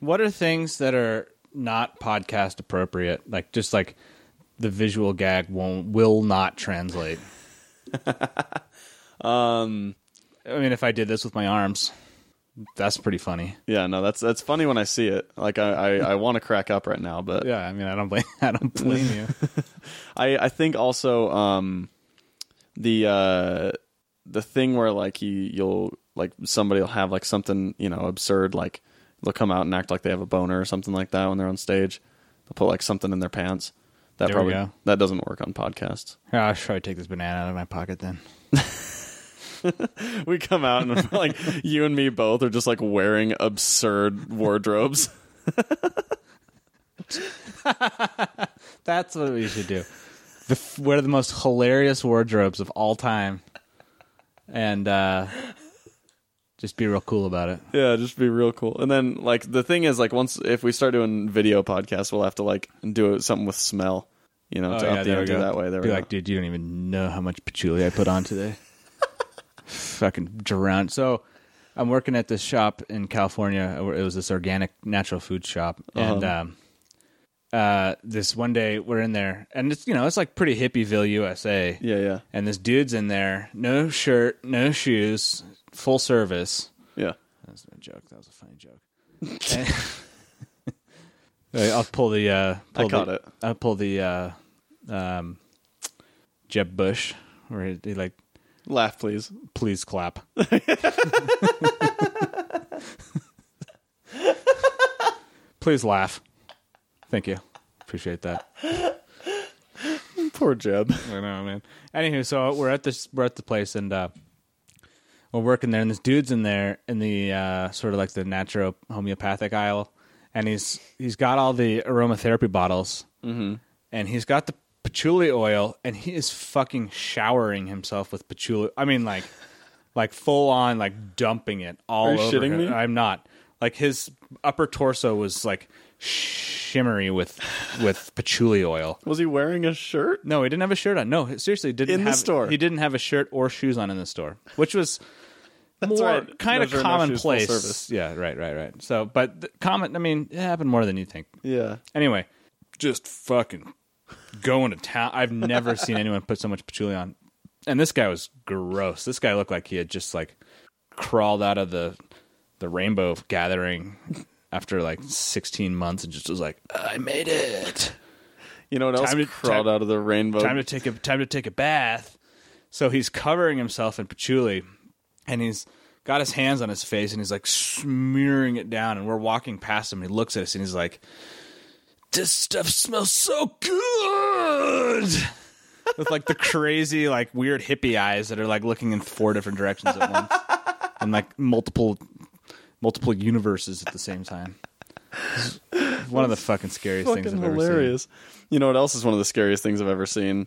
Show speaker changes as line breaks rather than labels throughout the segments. What are things that are not podcast appropriate? Like just like the visual gag won't will not translate.
Um,
I mean, if I did this with my arms, that's pretty funny.
yeah, no, that's that's funny when I see it. Like I, I, I want to crack up right now, but
Yeah, I mean, I don't blame I don't blame you.
I, I think also um, the uh, the thing where like you you'll like somebody will have like something you know absurd like they'll come out and act like they have a boner or something like that when they're on stage. They'll put like something in their pants. That
There we
probably
go.
that doesn't work on podcasts.
Yeah, Ah, I should probably take this banana out of my pocket then.
We come out and like you and me both are just like wearing absurd wardrobes.
That's what we should do. The, f- wear the most hilarious wardrobes of all time, and uh, just be real cool about it.
Yeah, just be real cool. And then like the thing is like once if we start doing video podcasts, we'll have to like do it- something with smell. You
Oh,
know, to up the ante that way. There
be
we
like,
go.
dude, you don't even know how much patchouli I put on today. Fucking drown. So, I'm working at this shop in California. where It was this organic, natural food shop,
Uh-huh.
and um, uh, this one day we're in there, and it's you know it's like pretty hippieville USA.
Yeah, yeah,
and this dude's in there, no shirt, no shoes, full service.
yeah.
That's a joke. That was a funny joke. Hey, I'll pull the. Uh, pull
I caught
the,
it.
I'll pull the uh, um, Jeb Bush, where he, he like,
Laugh, please.
please clap. please laugh. Thank you. Appreciate that.
Poor Jeb.
I know, man. Anywho, so we're at this we're at the place and uh we're working there and this dude's in there in the uh sort of like the natural homeopathic aisle and he's he's got all the aromatherapy bottles
Mm-hmm.
and he's got the patchouli oil and he is fucking showering himself with patchouli I mean like like full on like dumping it all
Are you
over
shitting
him.
me?
I'm not. Like his upper torso was like shimmery with with patchouli oil.
Was he wearing a shirt?
No, he didn't have a shirt on. No, he seriously, didn't
In the
have,
store.
He didn't have a shirt or shoes on in the store, which was more
right.
kind
No
of
shirt, no
commonplace.
shoes, full service.
yeah, right, right, right. So, but the comment. I mean, it happened more than you think.
Yeah.
Anyway, just fucking going to town. I've never seen anyone put so much patchouli on. And this guy was gross. This guy looked like he had just like crawled out of the the rainbow gathering after like 16 months and just was like, I made it.
You know what else
Time to-
crawled
time-
out of the rainbow?
time to take a time to take a bath. So he's covering himself in patchouli, and he's got his hands on his face, and he's like smearing it down. And we're walking past him. And he looks at us, and he's like, "This stuff smells so good." With like the crazy, like weird hippie eyes that are like looking in four different directions at once, and like multiple, multiple universes at the same time. It's One of the fucking scariest
fucking
things I've ever seen.
hilarious. You know what else is one of the scariest things I've ever seen?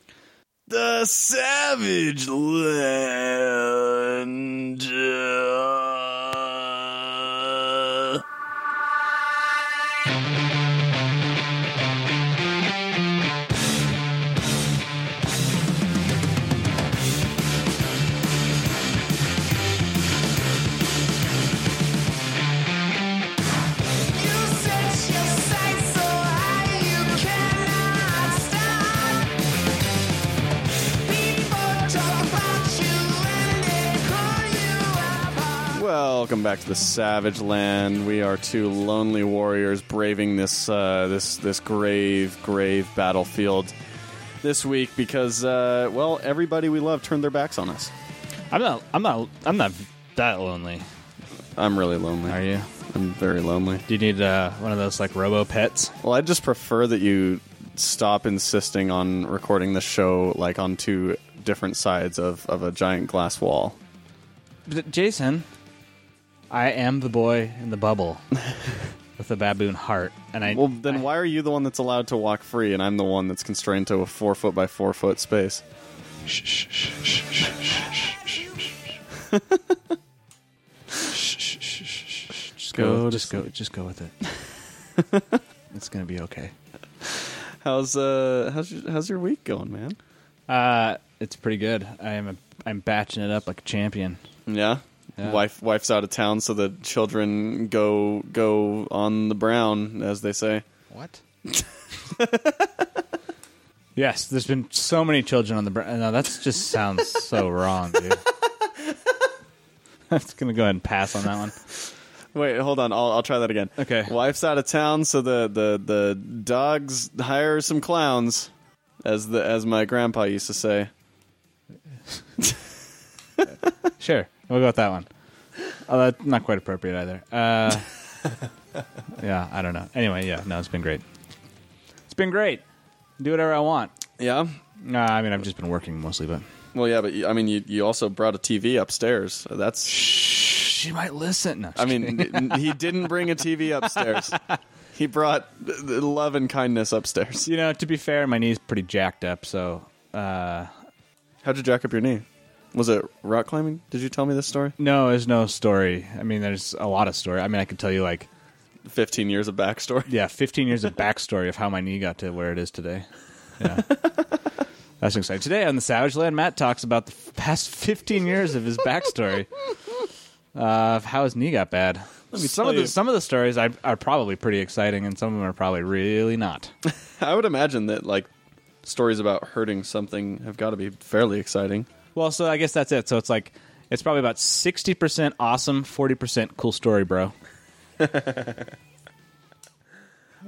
The Savage Land.
You set your sights so high you cannot stop. People talk about you and they call you a
Welcome back to the Savage Land. We are two lonely warriors braving this uh, this this grave grave battlefield this week because uh, well everybody we love turned their backs on us.
I'm not. I'm not. I'm not that lonely.
I'm really lonely.
Are you?
I'm very lonely.
Do you need uh, one of those like robo pets?
Well, I just prefer that you stop insisting on recording the show like on two different sides of, of a giant glass wall.
Jason, I am the boy in the bubble with the baboon heart, and I
Well, then why are you the one that's allowed to walk free and I'm the one that's constrained to a four foot by four foot space?
just
go to
just go, just go with it. it's gonna be okay.
How's uh how's your, how's your week going, man?
Uh, it's pretty good. I am. A, I'm batching it up like a champion.
Yeah, Wife wife's out of town, so the children go go on the brown, as they say.
What? yes, there's been so many children on the. Br- no, that just sounds so wrong, dude. I'm just gonna go ahead and pass on that one.
Wait, hold on. I'll, I'll try that again.
Okay.
Wife's out of town, so the, the, the dogs hire some clowns, as the as my grandpa used to say.
Sure, we'll go with that one. Oh, that's not quite appropriate either. Uh, yeah, I don't know. Anyway, yeah, no, it's been great. It's been great. Do whatever I want.
Yeah.
Nah, I mean, I've just been working mostly, but
Well, yeah, but you- I mean, you you also brought a TV upstairs. That's.
she might listen. No,
I mean, n- he didn't bring a TV upstairs. He brought th- th- love and kindness upstairs.
you know, to be fair, my knee's pretty jacked up, so
How'd you jack up your knee? Was it rock climbing? Did you tell me this story?
No, there's no story. I mean, there's a lot of story. I mean, I could tell you like,
Fifteen years of backstory.
yeah, 15 years of backstory of how my knee got to where it is today. Yeah. That's exciting. Today on the Savage Land, Matt talks about the f- past 15 years of his backstory uh, of how his knee got bad.
me
Some
tell
of the
you.
some of the stories I, are probably pretty exciting, and some of them are probably really not.
I would imagine that like stories about hurting something have got to be fairly exciting.
well, so I guess that's it. So it's like it's probably about 60% awesome, 40% cool story, bro.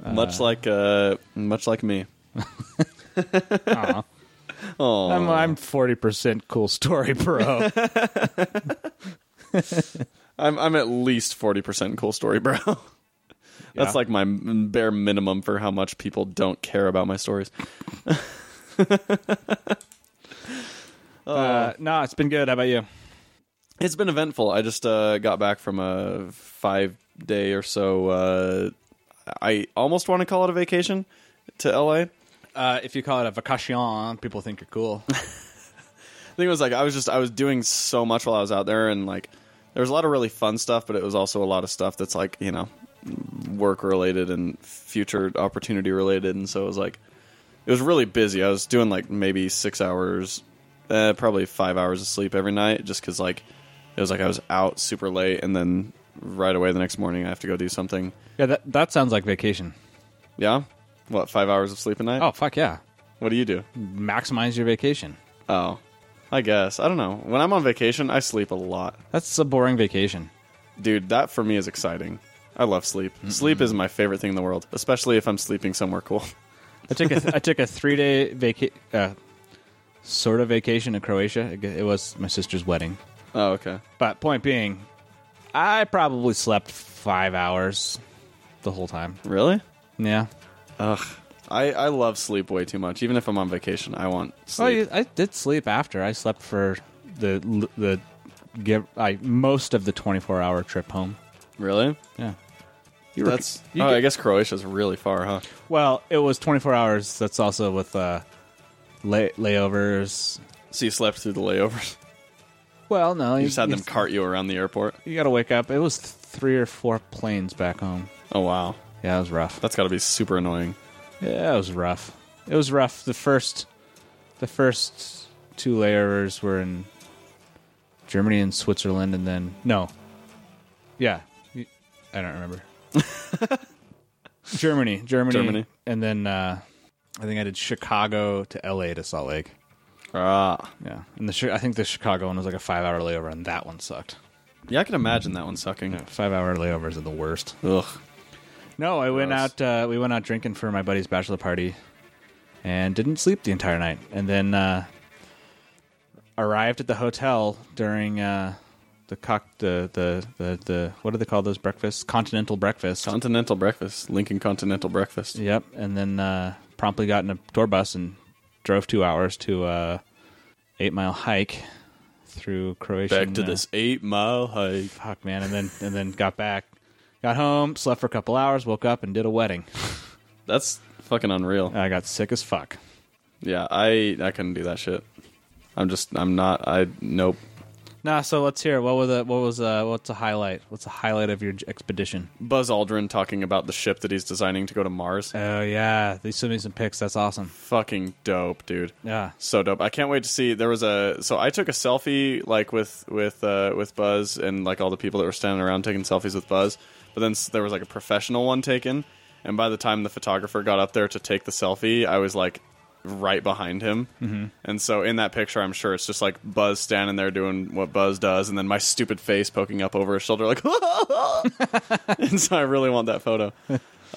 much like uh, much like me. Oh,
I'm I'm 40% cool story, bro.
I'm I'm at least forty percent cool story, bro.
Yeah.
That's like my m- bare minimum for how much people don't care about my stories.
Uh, no, it's been good. How about you?
It's been eventful. I just uh, got back from a five day or so. Uh, I almost want to call it a vacation to LA.
Uh, if you call it a vacation, people think you're cool.
I think it was like I was just I was doing so much while I was out there, and like there was a lot of really fun stuff, but it was also a lot of stuff that's like you know work related and future opportunity related, and so it was like it was really busy. I was doing like maybe six hours, uh, probably five hours of sleep every night, just because like it was like I was out super late, and then right away the next morning I have to go do something.
yeah, that that sounds like vacation.
Yeah, what five hours of sleep a night?
Oh fuck yeah!
what do you do?
Maximize your vacation.
Oh, I guess I don't know. When I'm on vacation, I sleep a lot.
That's a boring vacation.
dude that for me is exciting i love sleep sleep is my favorite thing in the world especially if i'm sleeping somewhere cool
I took a I took a three day vaca- uh, sort of vacation to Croatia. It g- It was my sister's wedding.
oh okay
But point being, I probably slept five hours the whole time.
really
Yeah.
i i love sleep way too much even if i'm on vacation i want
Oh,
sleep
you, I did sleep after. I slept for the the give I most of the twenty four hour trip home.
really
Yeah.
you that's
you
oh
get-
i guess croatia's really far huh
Well, it was 24 hours. That's also with uh, lay- layovers.
so you slept through the layovers
Well, no,
you just had them cart you around the airport
You got to wake up. It was three or four planes back home.
oh wow
Yeah, it was rough.
that's got to be super annoying
Yeah, it was rough. It was rough. The first, the first two layovers were in Germany and Switzerland, and then no, yeah, y- I don't remember. Germany, Germany,
Germany.
and then uh, I think I did Chicago to L.A. to Salt Lake.
ah
Yeah, and the Chi- I think the Chicago one was like a five hour layover, and that one sucked.
yeah i can imagine that one sucking
Five hour layovers are the worst.
ugh
No, I went out.
Gross.
Uh, we went out drinking for my buddy's bachelor party, and didn't sleep the entire night. And then uh, arrived at the hotel during uh, the cock the, the the the what do they call those breakfasts? Continental breakfast.
continental breakfast lincoln continental breakfast
yep. And then uh, promptly got in a tour bus and drove two hours to uh, eight mile hike through Croatia.
back to
and, uh,
this eight mile hike
fuck man and then and then got back got home slept for a couple hours woke up and did a wedding
that's fucking unreal
i got sick as fuck
Yeah, I I couldn't do that shit. I'm just I'm not I nope.
Nah, so let's hear. it. What was the what was uh what's a highlight? What's the highlight of your expedition?
Buzz Aldrin talking about the ship that he's designing to go to Mars.
Oh yeah, they sent me some pics. That's awesome.
Fucking dope, dude.
Yeah.
So dope. I can't wait to see. There was a so I took a selfie like with with uh, with Buzz and like all the people that were standing around taking selfies with Buzz. But then s- there was like a professional one taken, and by the time the photographer got up there to take the selfie, I was like right behind him. Mm-hmm. And so in that picture, I'm sure it's just like Buzz standing there doing what Buzz does, and then my stupid face poking up over his shoulder like. and so I really want that photo.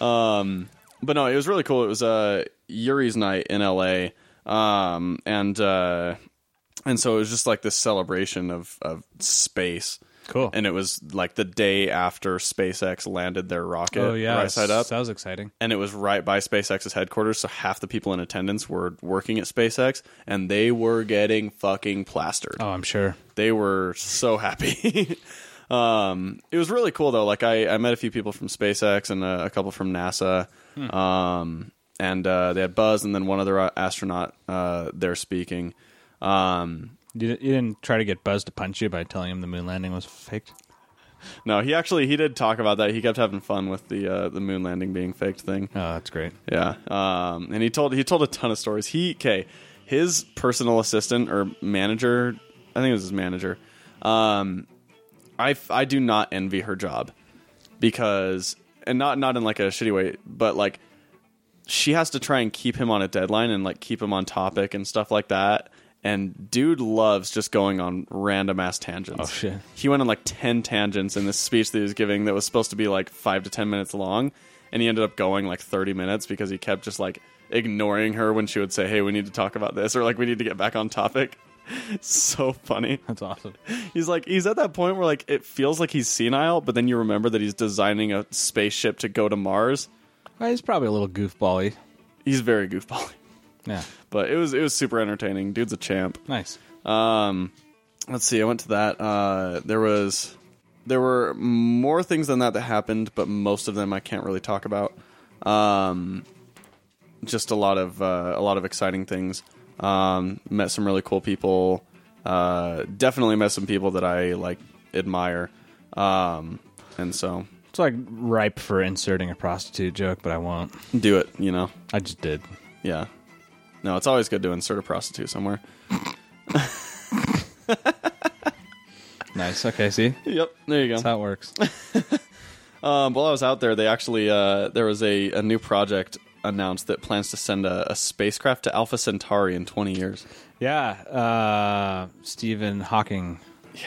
Um, but no, it was really cool. It was uh, Yuri's night in LA, um, and uh, and so it was just like this celebration of of space.
Cool.
And it was like the day after SpaceX landed their rocket
oh yeah.
right side up,
That was exciting.
and it was right by SpaceX's headquarters. So half the people in attendance were working at SpaceX, and they were getting fucking plastered
Oh, I'm sure.
they were so happy. um, it was really cool though. Like I, I met a few people from SpaceX and a, a couple from NASA. Um, and uh, they had Buzz and then one other uh, astronaut uh, there speaking. Um,
You, di- you didn't try to get Buzz to punch you by telling him the moon landing was faked.
no, he actually he did talk about that. He kept having fun with the uh, the moon landing being faked thing.
Oh, that's great.
Yeah. Um, and he told he told a ton of stories. He okay, his personal assistant or manager, I think it was his manager. Um, I f- I do not envy her job because and not not in like a shitty way, but like she has to try and keep him on a deadline and like keep him on topic and stuff like that. And dude loves just going on random ass tangents. Oh
shit.
He went on like ten tangents in this speech that he was giving that was supposed to be like five to ten minutes long, and he ended up going like thirty minutes because he kept just like ignoring her when she would say, "Hey, we need to talk about this," or like, "We need to get back on topic." so funny
That's awesome.
he's like he's at that point where like it feels like he's senile but then you remember that he's designing a spaceship to go to mars
Well, he's probably a little goofball-y.
he's very goofball
Yeah.
but it was it was super entertaining dude's a champ
Nice.
um let's see i went to that uh there was there were more things than that that happened but most of them i can't really talk about um just a lot of uh, a lot of exciting things um met some really cool people uh definitely met some people that i like admire um and so
It's like ripe for inserting a prostitute joke, but I won't.
do it you know
I just did.
yeah no it's always good to insert a prostitute somewhere
Nice. Okay. See,
yep there you go
that's how it works.
Um, while I was out there, they actually uh, there was a, a new project announced that plans to send a, a spacecraft to Alpha Centauri in 20 years.
Yeah, uh, Stephen Hawking. Yeah,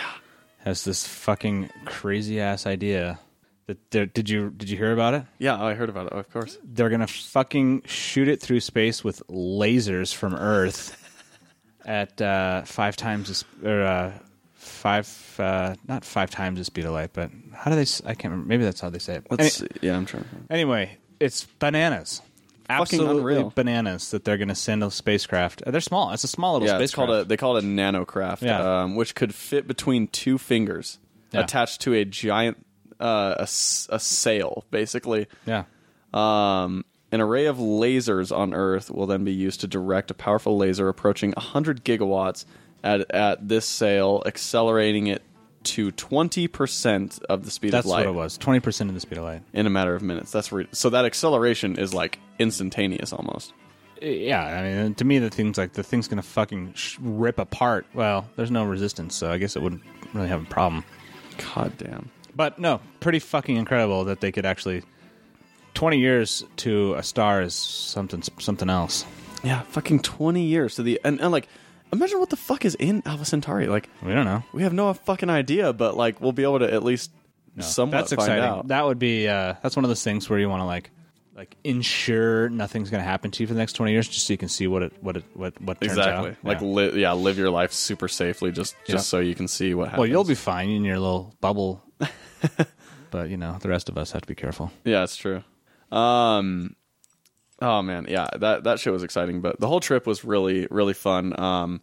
has this fucking crazy ass idea. That they're- did you did you hear about it?
Yeah, oh, I heard about it. Of course,
They're gonna fucking shoot it through space with lasers from Earth at uh, five times the sp- or uh, five uh, not five times the speed of light, but how do they? s- I can't remember. Maybe that's how they say it. Any-
let's. see. Yeah, I'm sure.
Anyway, it's bananas. Absolutely
unreal.
bananas that they're going to send a spacecraft. Uh, They're small. It's a small little
Yeah,
spacecraft.
it's called a. They call it a nanocraft,
Yeah.
um, which could fit between two fingers
Yeah.
attached to a giant uh, a, s- a sail, basically.
yeah.
Um, an array of lasers on Earth will then be used to direct a powerful laser approaching 100 gigawatts at, at this sail, accelerating it to 20% of the speed
That's
of light
what it was. Twenty percent of the speed of light.
in a matter of minutes. That's re- So that acceleration is like instantaneous almost.
Uh, Yeah, I mean, to me, the thing's like the thing's gonna fucking sh- rip apart. Well, there's no resistance, so I guess it wouldn't really have a problem.
God damn.
But no, pretty fucking incredible that they could actually. Twenty years to a star is something something else.
Yeah, fucking 20 years to the. And, and like, imagine what the fuck is in Alpha Centauri. Like,
We don't know.
we have no fucking idea, but like, we'll be able to at least
No,
somewhat
that's
find
exciting.
out.
That would be uh, that's one of those things where you want to like like ensure nothing's going to happen to you for the next twenty years, just so you can see what it what it what what turns
Exactly.
out.
Like,
Yeah.
li- yeah, live your life super safely, just just
Yeah.
so you can see what happens.
well, you'll be fine in your little bubble, but you know the rest of us have to be careful.
Yeah, it's true. Um, oh man, yeah, that that shit was exciting, but the whole trip was really really fun. Um,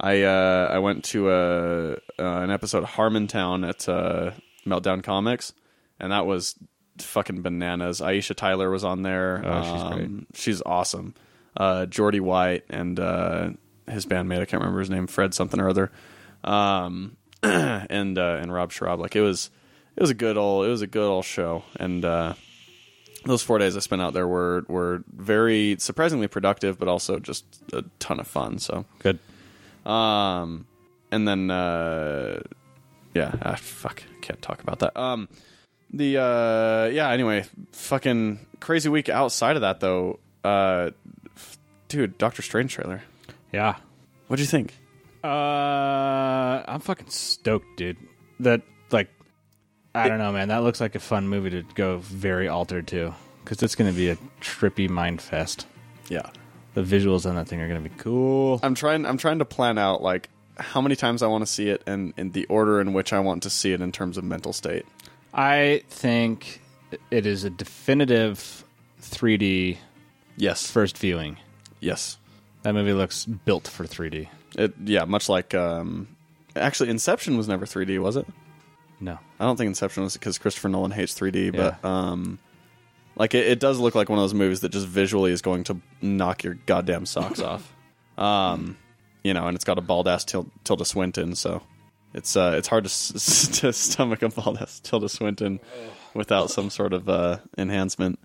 I uh, I went to a uh, an episode of Harmontown at uh, Meltdown Comics, and that was fucking bananas. Aisha Tyler was on there. Um,
Oh, she's great.
She's awesome. Uh, Jordy White and uh, his bandmate, I can't remember his name, Fred something or other. Um, and uh, and Rob Schraub. Like it was it was a good old it was a good old show. And uh, those four days I spent out there were were very surprisingly productive, but also just a ton of fun. So
Good.
um, and then uh, yeah, ah, fuck, can't talk about that. Um, the uh, yeah. Anyway, fucking crazy week outside of that though. Uh, f- dude, Doctor Strange trailer.
Yeah.
What'd you think?
Uh, I'm fucking stoked, dude. That like, I don't know, man. That looks like a fun movie to go very altered to, because it's gonna be a trippy mind fest.
Yeah,
The visuals on that thing are gonna be cool.
I'm trying. I'm trying to plan out like how many times I want to see it and, and the order in which I want to see it in terms of mental state.
I think it is a definitive 3D
Yes.
first viewing.
yes.
That movie looks built for 3D.
It. Yeah. Much like. Um, actually, Inception was never 3D, was it?
No,
I don't think Inception was because Christopher Nolan hates 3D, but um, like it, it does look like one of those movies that just visually is going to knock your goddamn socks off. Um, you know, and it's got a bald ass Til- Tilda Swinton, so it's uh, it's hard to, s- to stomach a bald ass Tilda Swinton without some sort of uh, enhancement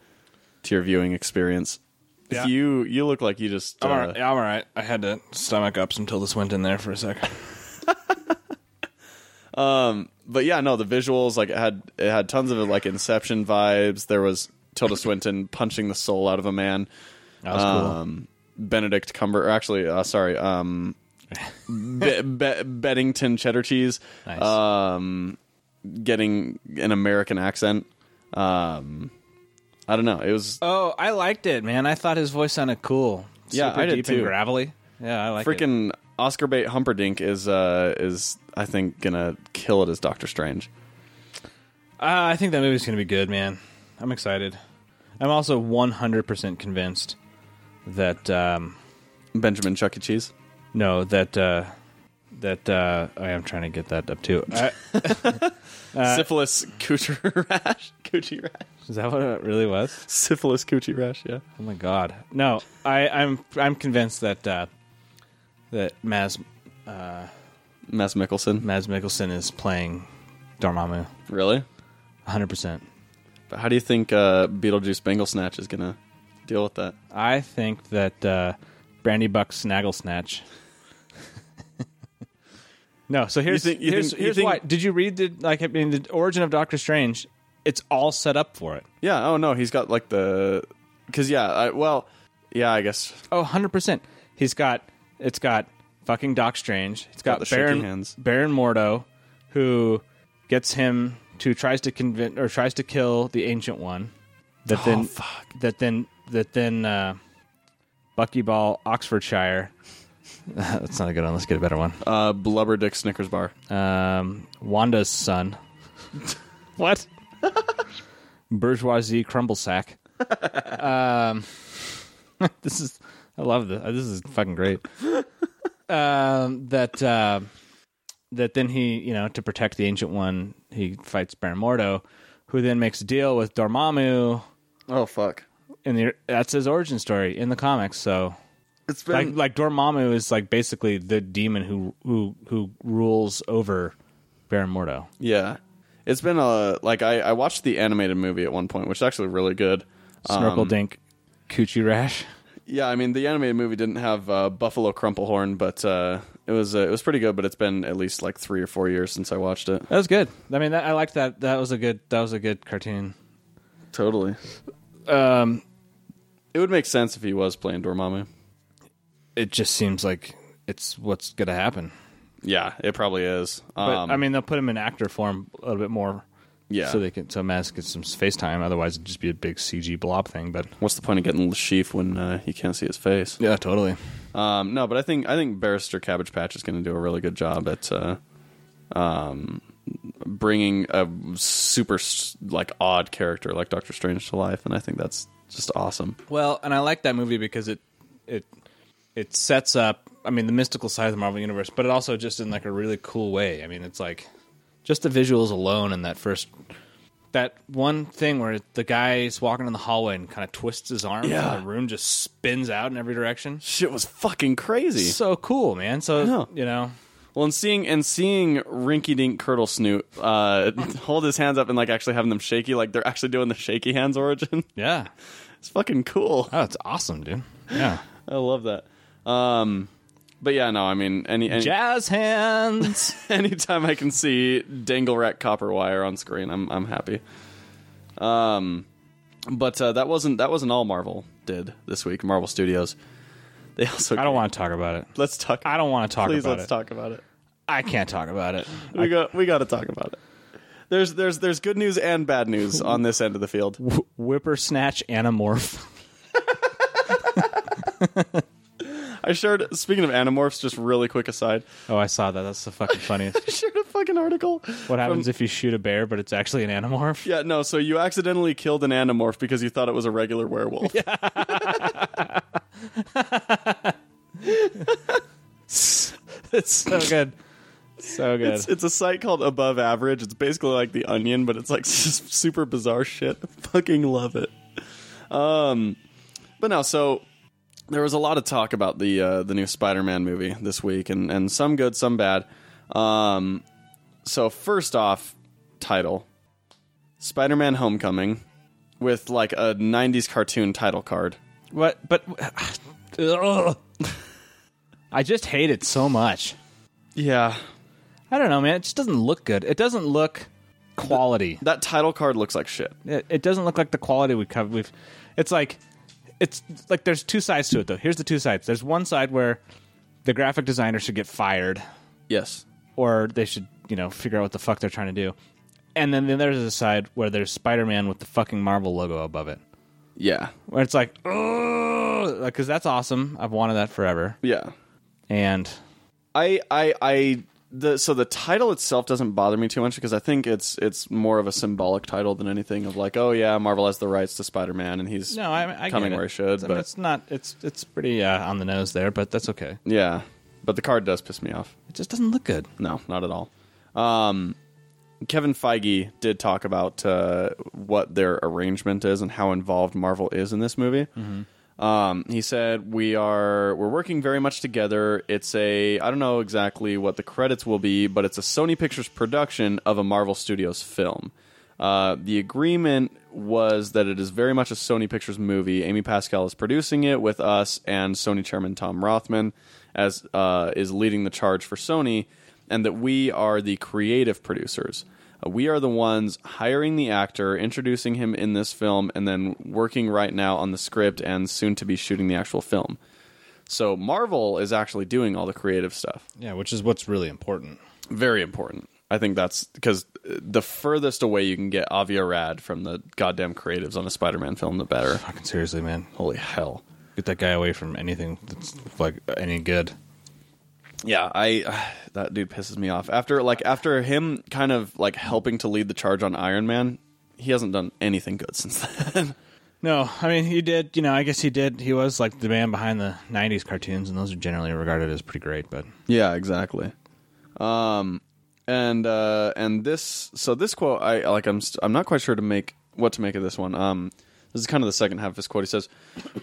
to your viewing experience.
Yeah.
If you you look like you just
I'm all,
uh,
right. I'm all right. I had to stomach up some Tilda Swinton there for a second.
but yeah, no, the visuals like it had it had tons of like Inception vibes. There was Tilda Swinton punching the soul out of a man.
That was
Um, Benedict Cumber, or actually, uh, sorry, um, Be- Be- Beddington cheddar cheese,
cool. Nice.
um, getting an American accent. Um, I don't know. It was
oh, I liked it, man. I thought his voice sounded cool.
Yeah,
Super
I did
deep
too.
and gravelly. Yeah, I like it.
freaking Oscar bait Humperdink is uh is I think gonna kill it as Doctor Strange.
Uh, I think that movie's going to be good, man. I'm excited. I'm also 100% convinced that um,
Benjamin Chuck E. Cheese.
no, that uh, that uh, I am trying to get that up too. I,
Uh, syphilis coochie rash. Coochie rash.
is that what it really was?
Syphilis coochie rash. Yeah.
Oh my god! No, I, I'm I'm convinced that uh, that Maz
Mads Mikkelsen.
Maz Mickelson is playing Dormammu.
Really?
100. percent
But how do you think uh, Beetlejuice Bangle Snatch is gonna deal with that?
I think that uh, Brandy Buck Snaggle Snatch. no, so here's
think- you
here's,
think- you
here's
think-
why. Did you read the like I mean the origin of Doctor Strange? It's all set up for it.
Yeah. Oh no, he's got like the because yeah. I, well, yeah. I guess
Oh, 100 percent. He's got it's got fucking Doc Strange. It's
got
got,
the shaky
Baron
hands.
Baron Mordo, who gets him to tries to convince or tries to kill the Ancient One. That then
Oh, fuck.
that then that then uh, Buckyball Oxfordshire. That's not a good one. Let's get a better one.
Uh, Blubber Dick Snickers Bar.
Um, Wanda's son. what? Bourgeoisie crumble sack. um, this is. I love this. This is fucking great. Um, that uh, that then he you know to protect the ancient one he fights Baron Mordo, who then makes a deal with Dormammu.
Oh fuck.
And the, that's his origin story in the comics. So
It's
like
been
like Dormammu is like basically the demon who who who rules over Baron Mordo.
yeah. It's been a like I, I watched the animated movie at one point, which is actually really good.
Snorkel Dink, Um, Coochie Rash.
Yeah, I mean the animated movie didn't have uh, Buffalo Crumplehorn, but uh, it was uh, it was pretty good. But it's been at least like three or four years since I watched it.
That was good. I mean, that, I liked that. That was a good. That was a good cartoon.
Totally.
Um,
It would make sense if he was playing Dormammu.
it just seems like it's what's gonna happen.
Yeah, it probably is.
But
Um,
I mean, they'll put him in actor form a little bit more.
yeah.
So they can so Mask gets some space time. Otherwise, it'd just be a big CG blob thing. But
What's the point of getting Lashif when uh, you can't see his face?
yeah, totally.
Um, no, but I think I think Barrister Cabbage Patch is going to do a really good job at uh, um, bringing a super s- like odd character like Doctor Strange to life, and I think that's just awesome.
Well, and I like that movie because it it it sets up I mean the mystical side of the Marvel universe, but it also just in like a really cool way. I mean, it's like just the visuals alone in that first that one thing where the guy's walking in the hallway and kind of twists his arms
Yeah.
and the room just spins out in every direction.
Shit was fucking crazy.
So cool, man. So
know.
you know,
Well, and seeing and seeing Rinky Dink Curdle Snoot uh, hold his hands up and like actually having them shaky, like they're actually doing the shaky hands origin.
Yeah.
It's fucking cool.
Oh, it's awesome, dude. Yeah.
I love that. Um, but yeah, no, I mean, any, any
Jazz hands.
anytime I can see Dangle Rat Copper Wire on screen, I'm I'm happy. Um, but uh, that wasn't that wasn't all Marvel did this week. Marvel Studios. They also.
I don't want to talk about it.
Let's talk.
I don't want to talk
Please
about
let's
it.
talk about it.
I can't talk about it.
We got we got to talk about it. There's there's there's good news and bad news on this end of the field.
Wh- Whippersnatch anamorph.
I shared. Speaking of Animorphs, just really quick aside,
Oh, I saw that. That's the fucking funniest.
I shared a fucking article.
What happens if you shoot a bear, but it's actually an anamorph?
Yeah, no. So you accidentally killed an Animorph because you thought it was a regular werewolf.
it's so good. So good.
It's, it's a site called Above Average. It's basically like The Onion, but it's like just super bizarre shit. Fucking love it. Um, but no, so there was a lot of talk about the uh, the new Spider-Man movie this week, and and some good, some bad. Um, so first off, title Spider-Man: Homecoming with like a '90s cartoon title card.
what? But Ugh. I just hate it so much.
Yeah,
I don't know, man. It just doesn't look good. It doesn't look quality.
that title card looks like shit.
It, it doesn't look like the quality we covered. We've, it's like, it's like there's two sides to it though. Here's the two sides. There's one side where the graphic designer should get fired,
Yes,
or they should, you know, figure out what the fuck they're trying to do. And then, then there's a side where there's Spider-Man with the fucking Marvel logo above it,
yeah,
where it's like, oh, because that's awesome. I've wanted that forever.
yeah.
And
I I I the so the title itself doesn't bother me too much because I think it's it's more of a symbolic title than anything of like oh yeah Marvel has the rights to Spider Man and he's
no, I, I
coming
get it.
where he should
I mean,
but
it's not. It's it's pretty uh, on the nose there, but that's okay.
yeah but the card does piss me off
It just doesn't look good.
no not at all um Kevin Feige did talk about uh, what their arrangement is and how involved Marvel is in this movie. Um, he said we are we're working very much together. It's a I don't know exactly what the credits will be, but it's a Sony Pictures production of a Marvel Studios film. Uh, the agreement was that it is very much a Sony Pictures movie. Amy Pascal is producing it with us and Sony Chairman Tom Rothman as uh, is leading the charge for Sony, and that we are the creative producers. Uh, We are the ones hiring the actor, introducing him in this film, and then working right now on the script and soon to be shooting the actual film. So Marvel is actually doing all the creative stuff.
Yeah, which is what's really important.
Very important. I think that's because the furthest away you can get Avi Arad from the goddamn creatives on a Spider-Man film, the better.
Fucking seriously, man.
Holy hell.
Get that guy away from anything that's like any good.
yeah i that dude pisses me off after like after him kind of like helping to lead the charge on iron man he hasn't done anything good since then
No, I mean he did. You know, I guess he did. He was like the man behind the '90s cartoons, and those are generally regarded as pretty great. But
yeah exactly um and uh and this so this quote i like i'm st- i'm not quite sure to make what to make of this one um this is kind of the second half of his quote. He says,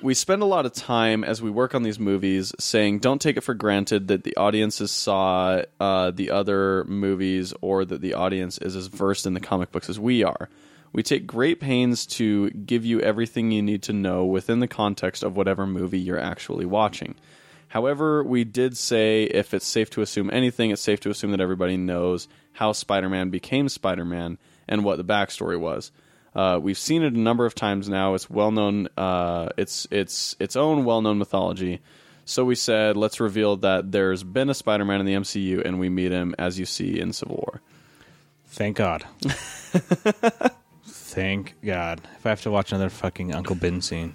We spend a lot of time as we work on these movies saying, don't take it for granted that the audiences saw uh, the other movies or that the audience is as versed in the comic books as we are. We take great pains to give you everything you need to know within the context of whatever movie you're actually watching. However, we did say if it's safe to assume anything, it's safe to assume that everybody knows how Spider Man became Spider Man and what the backstory was. Uh, we've seen it a number of times now. It's well known. Uh, it's it's its own well known mythology. So we said, let's reveal that there's been a Spider Man in the MCU, and we meet him as you see in Civil War.
thank God. thank God. If I have to watch another fucking Uncle Ben scene,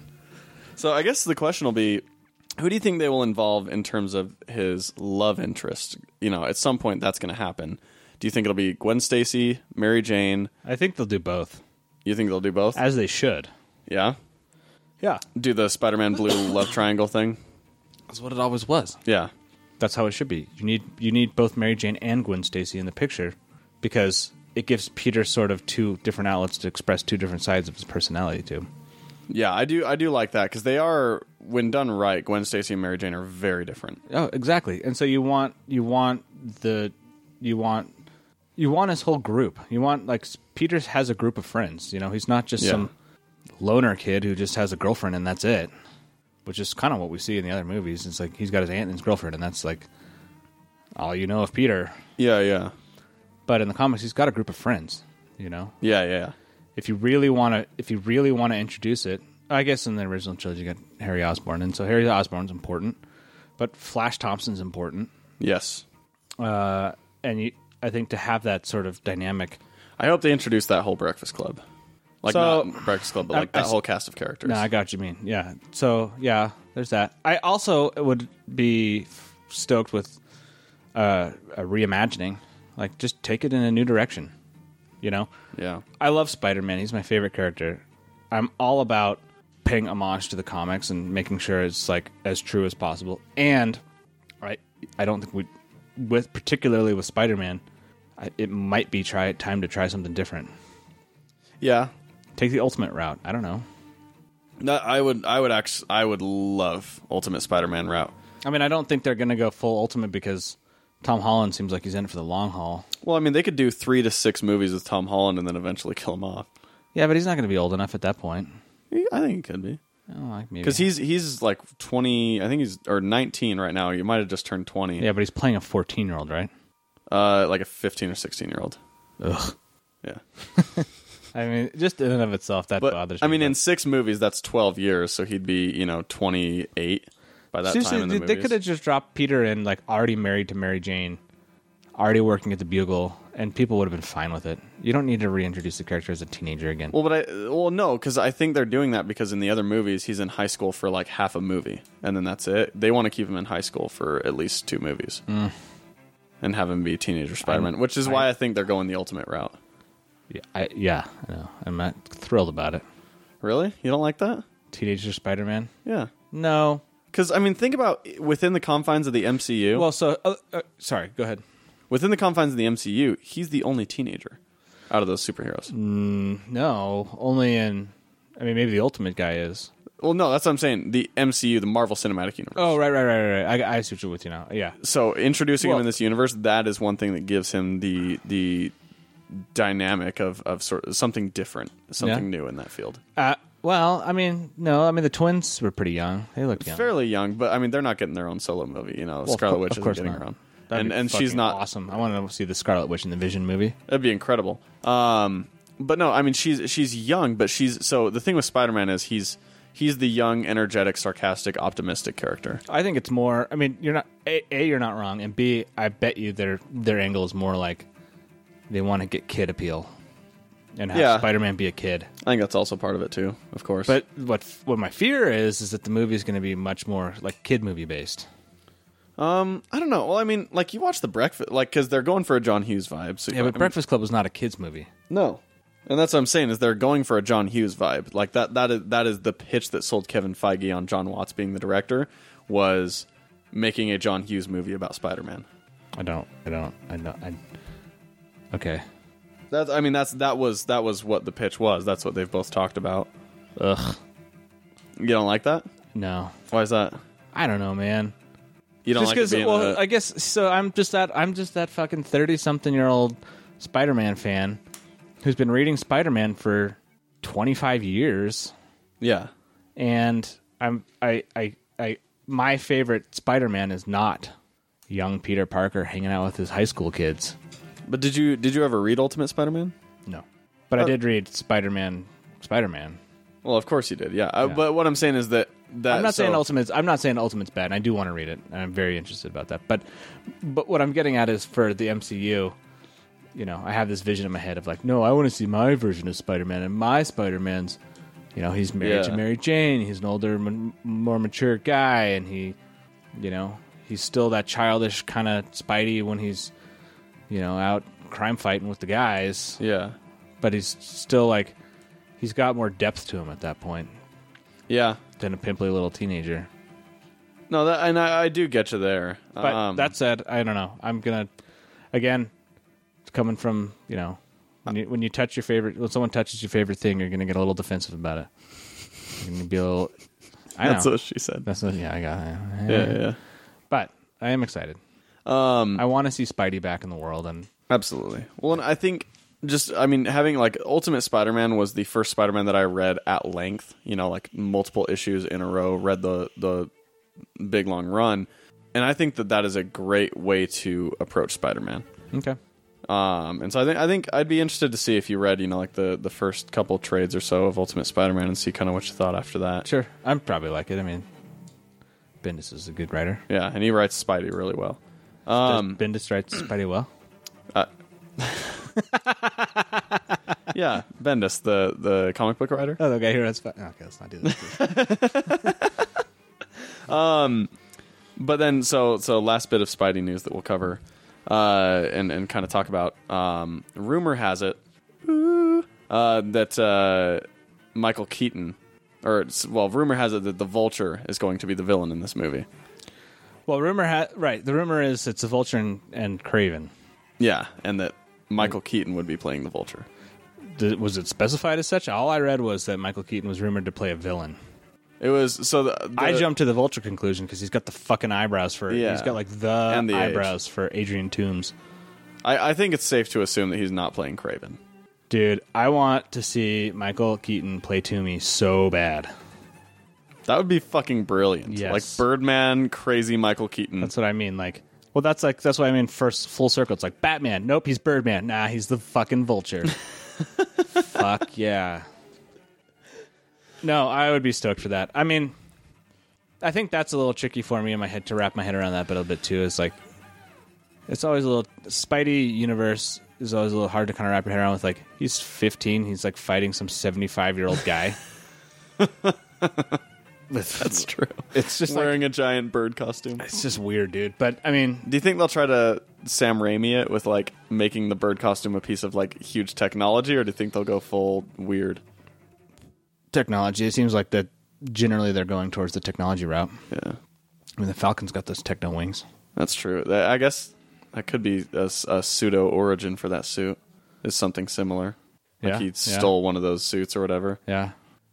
So I guess the question will be, who do you think they will involve in terms of his love interest? You know, at some point that's going to happen. Do you think it'll be Gwen Stacy, Mary Jane?
I think they'll do both,
You think they'll do both?
as they should.
Yeah.
Yeah,
Do the Spider-Man blue love triangle thing?
that's what it always was.
Yeah.
That's how it should be. You need you need both Mary Jane and Gwen Stacy in the picture because it gives Peter sort of two different outlets to express two different sides of his personality to.
Yeah, I do I do like that cuz they are when done right, Gwen Stacy and Mary Jane are very different.
Oh, exactly. And so you want you want the you want you want his whole group. You want like s- Peters has a group of friends. You know, he's not just
Yeah.
some loner kid who just has a girlfriend and that's it. Which is kind of what we see in the other movies. It's like he's got his aunt and his girlfriend, and that's like all you know of Peter.
Yeah, yeah,
But in the comics, he's got a group of friends. You know,
yeah, yeah.
if you really want to, if you really want to introduce it, I guess in the original trilogy you got Harry Osborn, and so Harry Osborn's important, but Flash Thompson's important
Yes,
and you, I think to have that sort of dynamic.
I hope they introduce that whole Breakfast Club, like
So-
not Breakfast Club, but
I-
like that
I-
whole cast of characters.
No, I got what you mean. Yeah. So yeah, there's that. I also would be stoked with uh, a reimagining, like just take it in a new direction. You know,
yeah,
I love Spider Man. He's my favorite character. I'm all about paying homage to the comics and making sure it's like as true as possible. And I, I don't think we, with particularly with Spider Man, it might be try time to try something different.
yeah.
take the ultimate route. I don't know.
No, I would, I would actually, I would love Ultimate Spider-Man route.
I mean, I don't think they're going to go full ultimate because Tom Holland seems like he's in it for the long haul.
Well, I mean, they could do three to six movies with Tom Holland and then eventually kill him off.
Yeah, but he's not going to be old enough at that point.
He- I think it could be
Oh, like maybe.
because he's he's like twenty. I think he's or nineteen right now. You might have just turned twenty.
yeah, but he's playing a 14 year old, right?
Uh, like a fifteen or sixteen year old.
Ugh.
Yeah,
I mean, just in and of itself, that
but
bothers me.
I mean,
but-
in six movies, that's twelve years. So he'd be you know twenty eight by that
Seriously,
time. In the
they- they
movies.
could have just dropped Peter in, like, already married to Mary Jane, already working at the Bugle, and people would have been fine with it. You don't need to reintroduce the character as a teenager again.
Well, but I well no, because I think they're doing that because in the other movies he's in high school for like half a movie, and then that's it. They want to keep him in high school for at least two movies,
Mm.
and have him be teenager Spider Man, which is why I think they're going the ultimate route.
yeah, I, yeah, I know. I'm not thrilled about it.
Really, you don't like that?
Teenager Spider Man?
Yeah,
No.
because I mean, think about within the confines of the MCU.
Well, so, uh, uh, sorry, go ahead.
within the confines of the MCU, he's the only teenager out of those superheroes.
Mm. No, only in. I mean, maybe the ultimate guy is.
Well, no, that's what I'm saying. The MCU, the Marvel Cinematic Universe.
Oh, right, right, right, right. I, I see what you're with you now. Yeah.
so introducing
Well-
him in this universe that is one thing that gives him the the dynamic of of sort of something different something new in that field
Uh, well, I mean, no, I mean the twins were pretty young. They looked young.
fairly young but i mean they're not getting their own solo movie you
Well,
know
of
scarlet
cour-
witch
of
isn't
course
getting
not.
her own
That'd
and
be
and she's
fucking
not
awesome. I want to see the Scarlet Witch in the Vision movie.
that'd be incredible um but no i mean she's she's young but she's so the thing with spider-man is he's he's the young energetic sarcastic optimistic character
I think it's more. I mean, you're not a, a you're not wrong, and b I bet you their their angle is more like they want to get kid appeal and have
Yeah.
Spider-Man be a kid.
i think that's also part of it too of course
But what what my fear is is that the movie is going to be much more like kid movie based.
i don't know well i mean like you watch the breakfast like because they're going for a john hughes vibe so
Yeah, but
I mean-
Breakfast Club was not a kids movie.
No. And that's what I'm saying is they're going for a John Hughes vibe. Like that that is that is the pitch that sold Kevin Feige on John Watts being the director was making a John Hughes movie about Spider-Man.
I don't. I don't. I don't. I. Okay.
That's I mean that's that was that was what the pitch was. That's what they've both talked about.
Ugh.
You don't like that?
No.
Why is that?
I don't know, man.
You don't
Just
like it
because,
being
well,
a-
I guess so. I'm just that. I'm just that fucking thirty-something-year-old Spider-Man fan who's been reading Spider-Man for twenty-five years,
yeah.
and I'm. I. I. I. My favorite Spider-Man is not young Peter Parker hanging out with his high school kids.
But did you did you ever read Ultimate Spider-Man?
No, but
Uh,
I did read Spider-Man. Spider-Man. Well,
Well, of course you did. Yeah. Uh, but what I'm saying is that that
I'm not saying
uh, so-
ultimate's. I'm not saying ultimate's bad. And I do want to read it, and I'm very interested about that. But but what I'm getting at is for the MCU, you know, I have this vision in my head of like, no, I want to see my version of Spider-Man and my Spider-Man's. You know, he's married to
Yeah.
Mary Jane. He's an older, m- more mature guy, and he, you know, he's still that childish kind of Spidey when he's, you know, out crime fighting with the guys.
Yeah.
But he's still like, he's got more depth to him at that point
Yeah.
than a pimply little teenager.
No, that and I, I do get you there.
But
um,
that said, I don't know. I'm gonna again it's coming from you know when you, when you touch your favorite when someone touches your favorite thing, you're gonna get a little defensive about it. You're gonna be a little I know.
That's what she said.
That's what, yeah, I got it.
Yeah, yeah, yeah.
But I am excited. Um, I want to see Spidey back in the world, and
Absolutely. Well, and I think just I mean having like Ultimate Spider-Man was the first Spider-Man that I read at length, you know, like multiple issues in a row, read the the big long run. And I think that that is a great way to approach Spider-Man.
okay,
Um, and so I think I think I'd be interested to see if you read, you know, like the the first couple trades or so of Ultimate Spider-Man and see kind of what you thought after that.
sure, I'm probably like it. I mean, Bendis is a good writer.
Yeah, and he writes Spidey really well. Um,
Does Bendis writes Spidey well.
yeah, Bendis, the the comic book writer.
Oh, the guy who writes Spidey. Okay, let's not do this.
but then so so last bit of Spidey news that we'll cover uh, and and kind of talk about. Um, rumor has it uh, that uh, Michael Keaton, or it's- well, rumor has it that the Vulture is going to be the villain in this movie.
well, rumor ha- right. The rumor is it's a Vulture and, and Craven.
Yeah, and that Michael Keaton would be playing the Vulture.
Did, was it specified as such? All I read was that Michael Keaton was rumored to play a villain.
It was so. The, the-
I jumped to the Vulture conclusion because he's got the fucking eyebrows for.
Yeah.
He's got like the,
And the age.
eyebrows for Adrian Toomes.
I, I think it's safe to assume that he's not playing Craven.
Dude, I want to see Michael Keaton play Toomey so bad.
That would be fucking brilliant.
Yes.
Like Birdman, crazy Michael Keaton.
That's what I mean. Like, well, that's like that's what I mean. First full circle. It's like Batman. Nope, he's Birdman. Nah, he's the fucking Vulture. Fuck yeah. No, I would be stoked for that. I mean, I think that's a little tricky for me in my head to wrap my head around that, but a bit too is like, it's always a little Spidey universe is always a little hard to kind of wrap your head around with. Like, he's 15. He's like fighting some 75 year old guy.
That's true.
It's just like,
Wearing a giant bird costume.
it's just weird, dude. But I mean,
Do you think they'll try to Sam Raimi it with like making the bird costume a piece of like huge technology, or do you think they'll go full weird?
technology. It seems like that generally they're going towards the technology route.
Yeah,
I mean, the Falcon's got those techno wings.
that's true. That- I guess that could be a, s- a pseudo origin for that suit. Is something similar? Like
Yeah,
he
yeah.
stole one of those suits or whatever.
Yeah,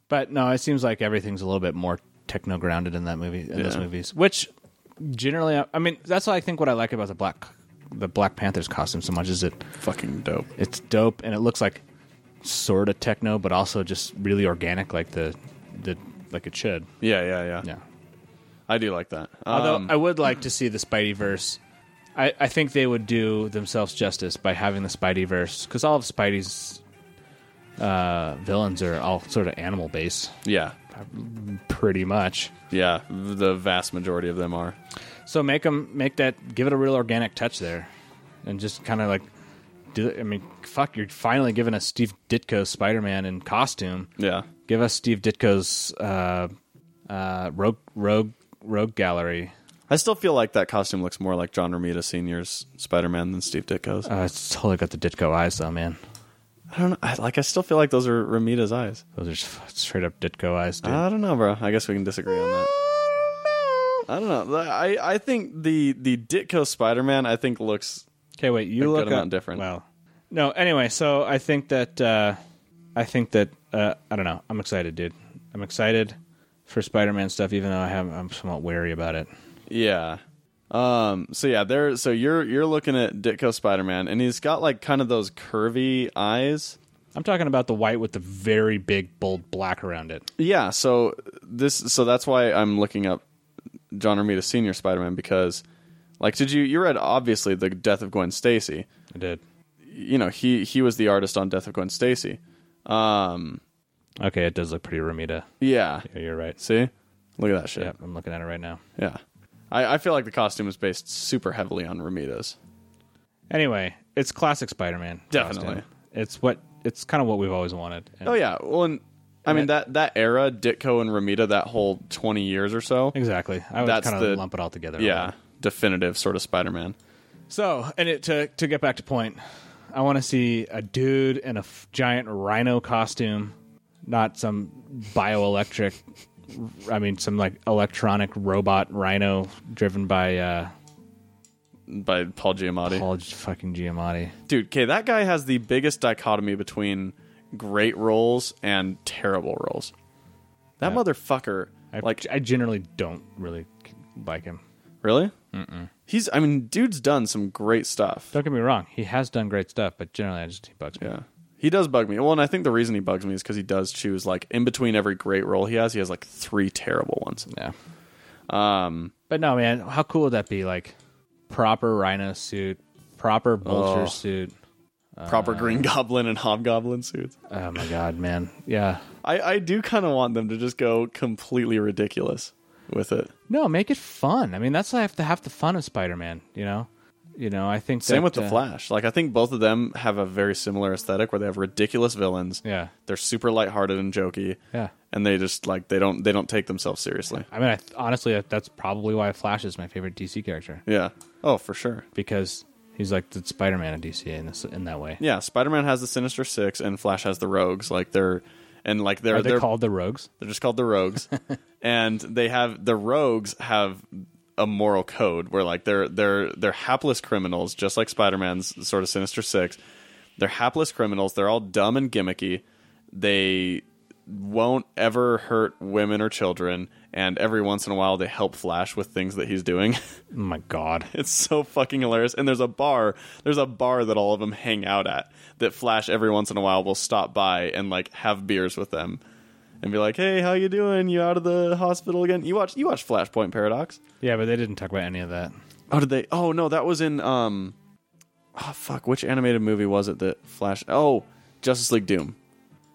but no, it seems like everything's a little bit more techno grounded in that movie, in those
Yeah.
movies. Which generally, I- I mean, that's what I think what I like about the black, the Black Panther's costume so much is it
Fucking dope.
it's dope and it looks like sort of techno, but also just really organic, like the the like it should.
Yeah, yeah, yeah.
Yeah.
I do like that.
Although
Um,
I would like to see the Spidey verse. I, I think they would do themselves justice by having the Spidey verse because all of Spidey's uh, villains are all sort of animal based,
yeah,
pretty much.
yeah, the vast majority of them are.
So make them make that give it a real organic touch there, and just kind of like do. I mean, fuck, you're finally giving us Steve Ditko's Spider Man in costume.
Yeah,
Give us Steve Ditko's uh, uh, rogue rogue rogue gallery.
I still feel like that costume looks more like John Romita Senior's Spider-Man than Steve Ditko's.
Uh, it's totally got the Ditko eyes though, man.
I don't know. I, like, I still feel like those are Romita's eyes.
Those are s- straight up Ditko eyes, dude.
I don't know, bro. I guess we can disagree on that. I don't know. I, I think the the Ditko Spider Man I think looks
Okay, wait. You
A good
look
amount
up-
different.
Well, no. Anyway, so I think that uh, I think that uh, I don't know. I'm excited, dude. I'm excited for Spider-Man stuff, even though I have I'm somewhat wary about it.
yeah. Um. So yeah, there. So you're you're looking at Ditko Spider Man, and he's got like kind of those curvy eyes.
I'm talking about the white with the very big, bold black around it.
Yeah. So this. So that's why I'm looking up John Romita Senior Spider Man because, like, did you you read obviously the death of Gwen Stacy?
I did.
You know he he was the artist on Death of Gwen Stacy. Um.
Okay, it does look pretty Ramita.
Yeah.
Yeah, you're right.
See, look at that shit.
Yep, I'm looking at it right now.
Yeah. I, I feel like the costume is based super heavily on Ramita's.
Anyway, it's classic Spider-Man.
Definitely.
costume. It's what it's kind of what we've always wanted. And-
Oh yeah. Well, and, I mean that that era, Ditko and Ramita, that whole twenty years or so.
Exactly. I would
That's
kind of
the-
lump it all together. a
Yeah,
lot.
definitive sort of Spider-Man.
So, and it, to to get back to point, I want to see a dude in a f- giant rhino costume, not some bioelectric. I mean, some like electronic robot rhino driven by uh,
By Paul Giamatti,
Paul fucking Giamatti.
dude. Okay, that guy has the biggest dichotomy between great roles and terrible roles. That motherfucker
I,
Like-
I generally don't really like him.
Really? Mm-mm. He's. I mean, dude's done some great stuff.
Don't get me wrong; he has done great stuff, but generally, I just he bugs me.
Yeah. He does bug me. Well, and I think the reason he bugs me is because he does choose like in between every great role he has, he has like three terrible ones.
Yeah.
Um,
But no, man, how cool would that be? Like proper Rhino suit, proper Vulture
Oh.
suit. Uh.
proper Green Goblin and Hobgoblin suits.
Oh my god, man. Yeah.
I, I do kind of want them to just go completely ridiculous with it.
No, make it fun. I mean, that's have to have the fun of Spider-Man. You know. You know, I think
Same
that,
with the
uh,
Flash. Like I think both of them have a very similar aesthetic where they have ridiculous villains.
Yeah.
They're super lighthearted and jokey.
Yeah.
And they just like they don't they don't take themselves seriously.
I mean, I th- honestly, that- that's probably why Flash is my favorite DC character
Yeah. Oh, for sure.
because he's like the Spider-Man of DC in this in that way.
Yeah, Spider-Man has the Sinister 6 and Flash has the Rogues. Like they're and like they're
Are they
they're
called the Rogues?
They're just called the Rogues, and they have the Rogues have a moral code where like they're they're they're hapless criminals, just like Spider Man's sort of Sinister Six. They're hapless criminals. They're all dumb and gimmicky. They won't ever hurt women or children, and every once in a while they help Flash with things that he's doing.
Oh my god.
It's so fucking hilarious. And there's a bar. There's a bar that all of them hang out at. That Flash every once in a while will stop by and like have beers with them, and be like, "Hey, how you doing? You out of the hospital again? You watch you watch Flashpoint Paradox?
Yeah, but they didn't talk about any of that.
Oh, did they? Oh no, that was in um, oh fuck, which animated movie was it that Flash? Oh, Justice League Doom.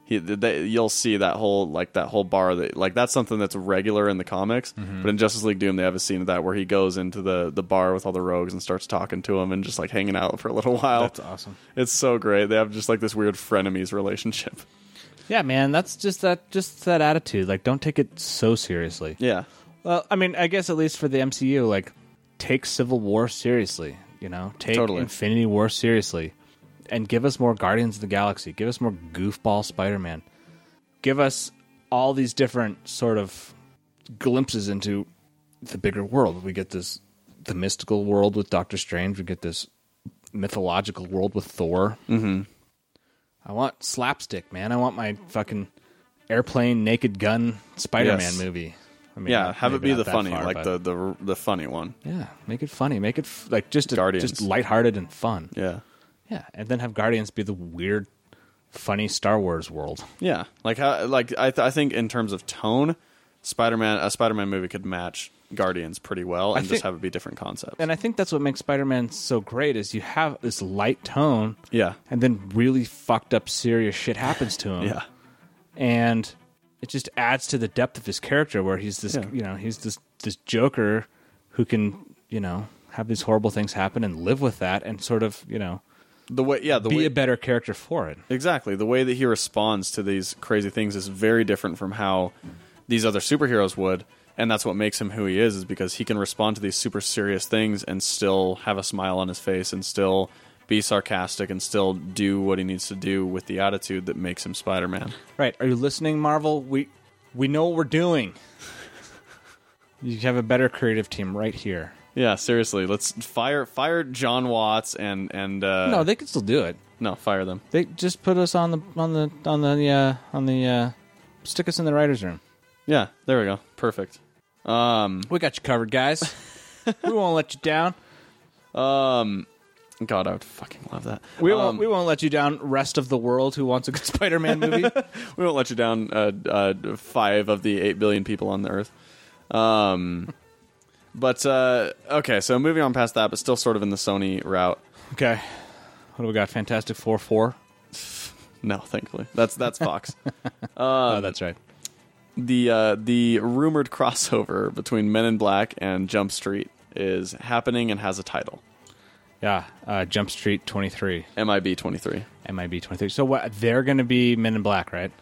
He, they, you'll see that whole like that whole bar that like that's something that's regular in the comics,
Mm-hmm.
but in Justice League Doom they have a scene of that where he goes into the the bar with all the rogues and starts talking to them and just like hanging out for a little while.
That's awesome.
It's so great. They have just like this weird frenemies relationship.
Yeah, man, that's just that just that attitude. Like, don't take it so seriously.
Yeah,
Well, I mean, I guess at least for the MCU, like, take Civil War seriously. You know, take
Totally.
Infinity War seriously, and give us more Guardians of the Galaxy. Give us more goofball Spider Man. Give us all these different sort of glimpses into the bigger world. We get this the mystical world with Doctor Strange. We get this mythological world with Thor. Mm-hmm. I want slapstick, man. I want my fucking airplane naked gun Spider-Man
Yes.
movie. I mean,
yeah.
not-
Have it
maybe
be
not
the
that
funny,
far,
like
but-
the the the funny one.
yeah, make it funny, make it f- like just a,
Guardians.
just lighthearted and fun.
Yeah.
yeah, and then have Guardians be the weird, funny Star Wars world.
Yeah, like how, like I, th- I think in terms of tone, Spider Man a Spider Man movie could match Guardians pretty well, and
think-
just have it be different concepts.
and I think that's what makes Spider-Man so great is you have this light tone,
Yeah.
and then really fucked up serious shit happens to him,
yeah,
and it just adds to the depth of his character where he's this,
Yeah.
you know, he's this this Joker who can, you know, have these horrible things happen and live with that and sort of, you know,
the way yeah the
be
way
a better character for it.
exactly the way that he responds to these crazy things is very different from how these other superheroes would, and that's what makes him who he is, is because he can respond to these super serious things and still have a smile on his face and still be sarcastic and still do what he needs to do with the attitude that makes him Spider Man.
Right? Are you listening, Marvel? We we know what we're doing. you have a better creative team right here.
Yeah, seriously, let's fire fire John Watts and and uh,
No, they could still do it.
No, fire them.
They just put us on the on the on the uh, on the uh, stick us in the writers' room.
Yeah, there we go. Perfect. Um,
We got you covered, guys. we won't let you down.
God, I would fucking love that.
We
Um,
won't. we won't let you down. Rest of the world who wants a good Spider-Man movie.
we won't let you down. Uh, uh, five of the eight billion people on the earth. Um, but uh, okay, so moving on past that, but still sort of in the Sony route.
okay. What do we got? Fantastic Four four.
No, thankfully, that's that's Fox.
oh, that's right.
the uh, the rumored crossover between Men in Black and Jump Street is happening and has a title.
Yeah, uh, Jump Street twenty three,
MIB twenty three.
MIB twenty three. So what? They're going to be Men in Black, right?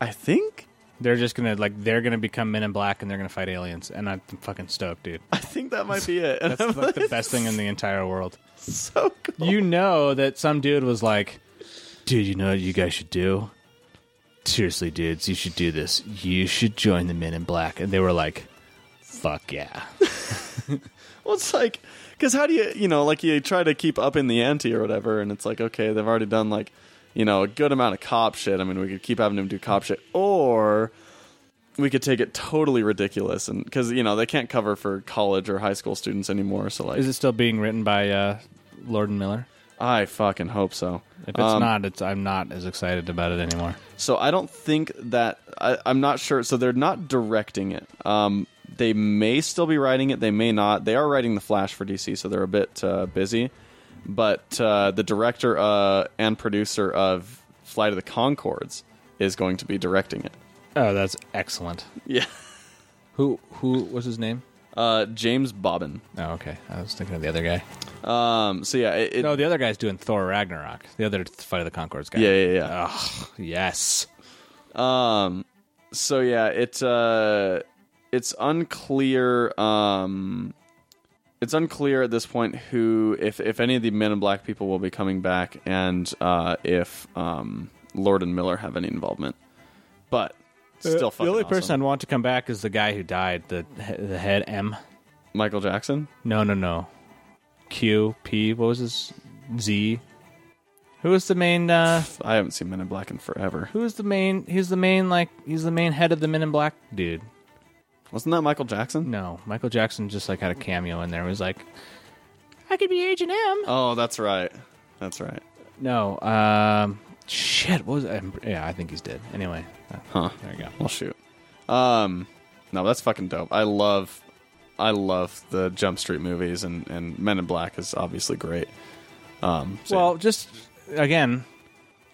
I think
They're just gonna like they're gonna become Men in Black and they're gonna fight aliens, and I'm fucking stoked, dude.
I think that might be it.
That's like the best thing in the entire world.
so cool.
You know that some dude was like, "Dude, you know what you guys should do? Seriously, dudes, you should do this. You should join the Men in Black." And they were like, "Fuck yeah!"
Well, it's like, because how do you, you know, like you try to keep up in the ante or whatever, and it's like, okay, they've already done like, you know, a good amount of cop shit. I mean, we could keep having them do cop shit, or we could take it totally ridiculous, and because you know they can't cover for college or high school students anymore. So like,
Is it still being written by uh, Lord and Miller?
I fucking hope so.
If it's not, it's I'm not as excited about it anymore.
So I don't think that I, I'm not sure. So they're not directing it. Um, they may still be writing it. They may not. They are writing the Flash for DC, so they're a bit uh, busy. But uh, the director uh, and producer of Flight of the Concords is going to be directing it.
Oh, that's excellent.
Yeah,
Who who was his name?
uh, James Bobbin.
Oh, okay. I was thinking of the other guy.
Um, so yeah, it, it-
No, the other guy's doing Thor Ragnarok. The other Fight of the Concords guy.
yeah, yeah, yeah.
Yes.
so yeah, it uh, it's unclear. Um, it's unclear at this point who, if if any of the Men in Black people will be coming back, and uh, if um, Lord and Miller have any involvement. But still,
Uh, the
fucking
only
awesome.
person I'd want to come back is the guy who died, the the head M.
Michael Jackson.
No, no, no. Q P. What was his Z? Who was the main? uh
I haven't seen Men in Black in forever.
Who was the main? He's the main. Like he's the main head of the Men in Black dude.
Wasn't that Michael Jackson?
No, Michael Jackson just like had a cameo in there. It was like, I could be Agent M.
Oh, that's right. That's right.
No, um, shit. What was? It? Yeah, I think he's dead. Anyway,
Huh.
there you go.
Well, shoot. Um, no, that's fucking dope. I love, I love the Jump Street movies, and and Men in Black is obviously great. Um, so,
Well, just again,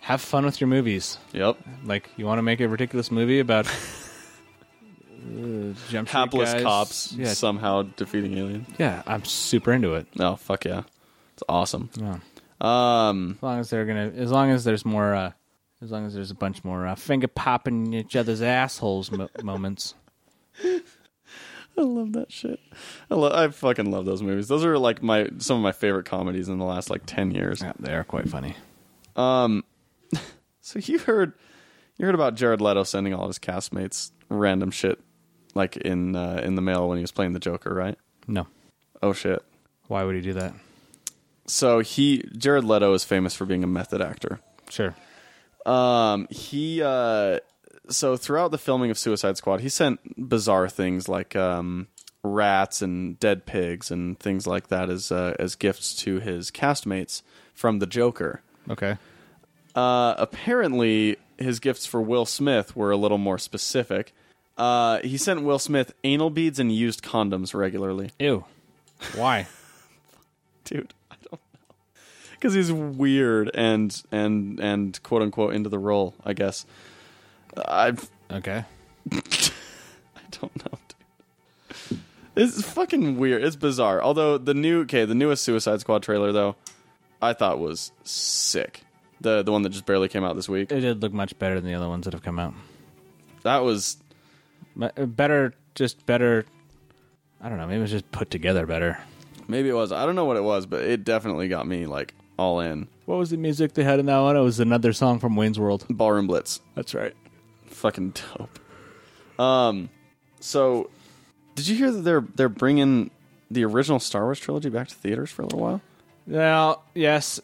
have fun with your movies.
yep.
Like, you want to make a ridiculous movie about uh, jump street
Hapless
guys?
cops
Yeah,
somehow defeating alien.
yeah, I'm super into it.
No, fuck yeah, it's awesome.
Yeah.
Um,
As long as they're gonna, as long as there's more, uh, as long as there's a bunch more uh, finger popping each other's assholes mo- moments.
I love that shit. I love, I fucking love those movies. Those are like my some of my favorite comedies in the last like ten years.
Yeah, they are quite funny.
So you heard you heard about Jared Leto sending all his castmates random shit like in uh, in the mail when he was playing the Joker, right?
No,
Oh shit.
why would he do that?
So he Jared Leto is famous for being a method actor.
Sure.
Um he uh so throughout the filming of Suicide Squad, he sent bizarre things like um rats and dead pigs and things like that as uh, as gifts to his castmates from the Joker.
Okay.
Uh, apparently, his gifts for Will Smith were a little more specific. Uh, he sent Will Smith anal beads and used condoms regularly.
Ew. Why?
Dude, I don't know. Because he's weird and and and quote unquote into the role, I guess. I I
okay.
don't know. dude. This is fucking weird. It's bizarre. Although the new okay, the newest Suicide Squad trailer though, I thought was sick. The the one that just barely came out this week.
It did look much better than the other ones that have come out.
That was
Me- uh, Better, just better. I don't know. Maybe it was just put together better.
Maybe it was. I don't know what it was, but it definitely got me like all in.
What was the music they had in that one? It was another song from Wayne's World.
Ballroom Blitz.
That's right.
Fucking dope. Um so did you hear that they're they're bringing the original Star Wars trilogy back to theaters for a little while?
Well, yes,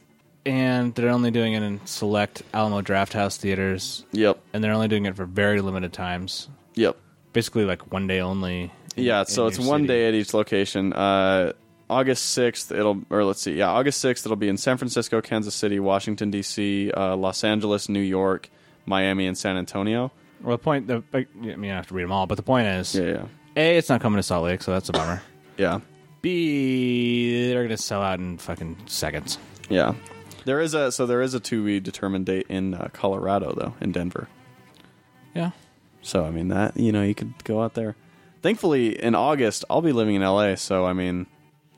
and they're only doing it in select Alamo Drafthouse theaters,
Yep.
and they're only doing it for very limited times.
Yep.
Basically, like one day only. in-
Yeah, so
in
it's
your
one
city.
day at each location. Uh August 6th, it'll, or let's see, yeah, August 6th, it'll be in San Francisco, Kansas City, Washington, D.C., uh, Los Angeles, New York, Miami, and San Antonio.
Well, the point. The, I mean, I don't have to read them all, but the point is,
Yeah, yeah.
a, it's not coming to Salt Lake, so that's a bummer.
Yeah.
B, they're gonna sell out in fucking seconds.
Yeah, there is a so there is a to be determined date in uh, Colorado though in Denver.
Yeah.
So I mean that you know you could go out there. Thankfully, in August I'll be living in LA, so I mean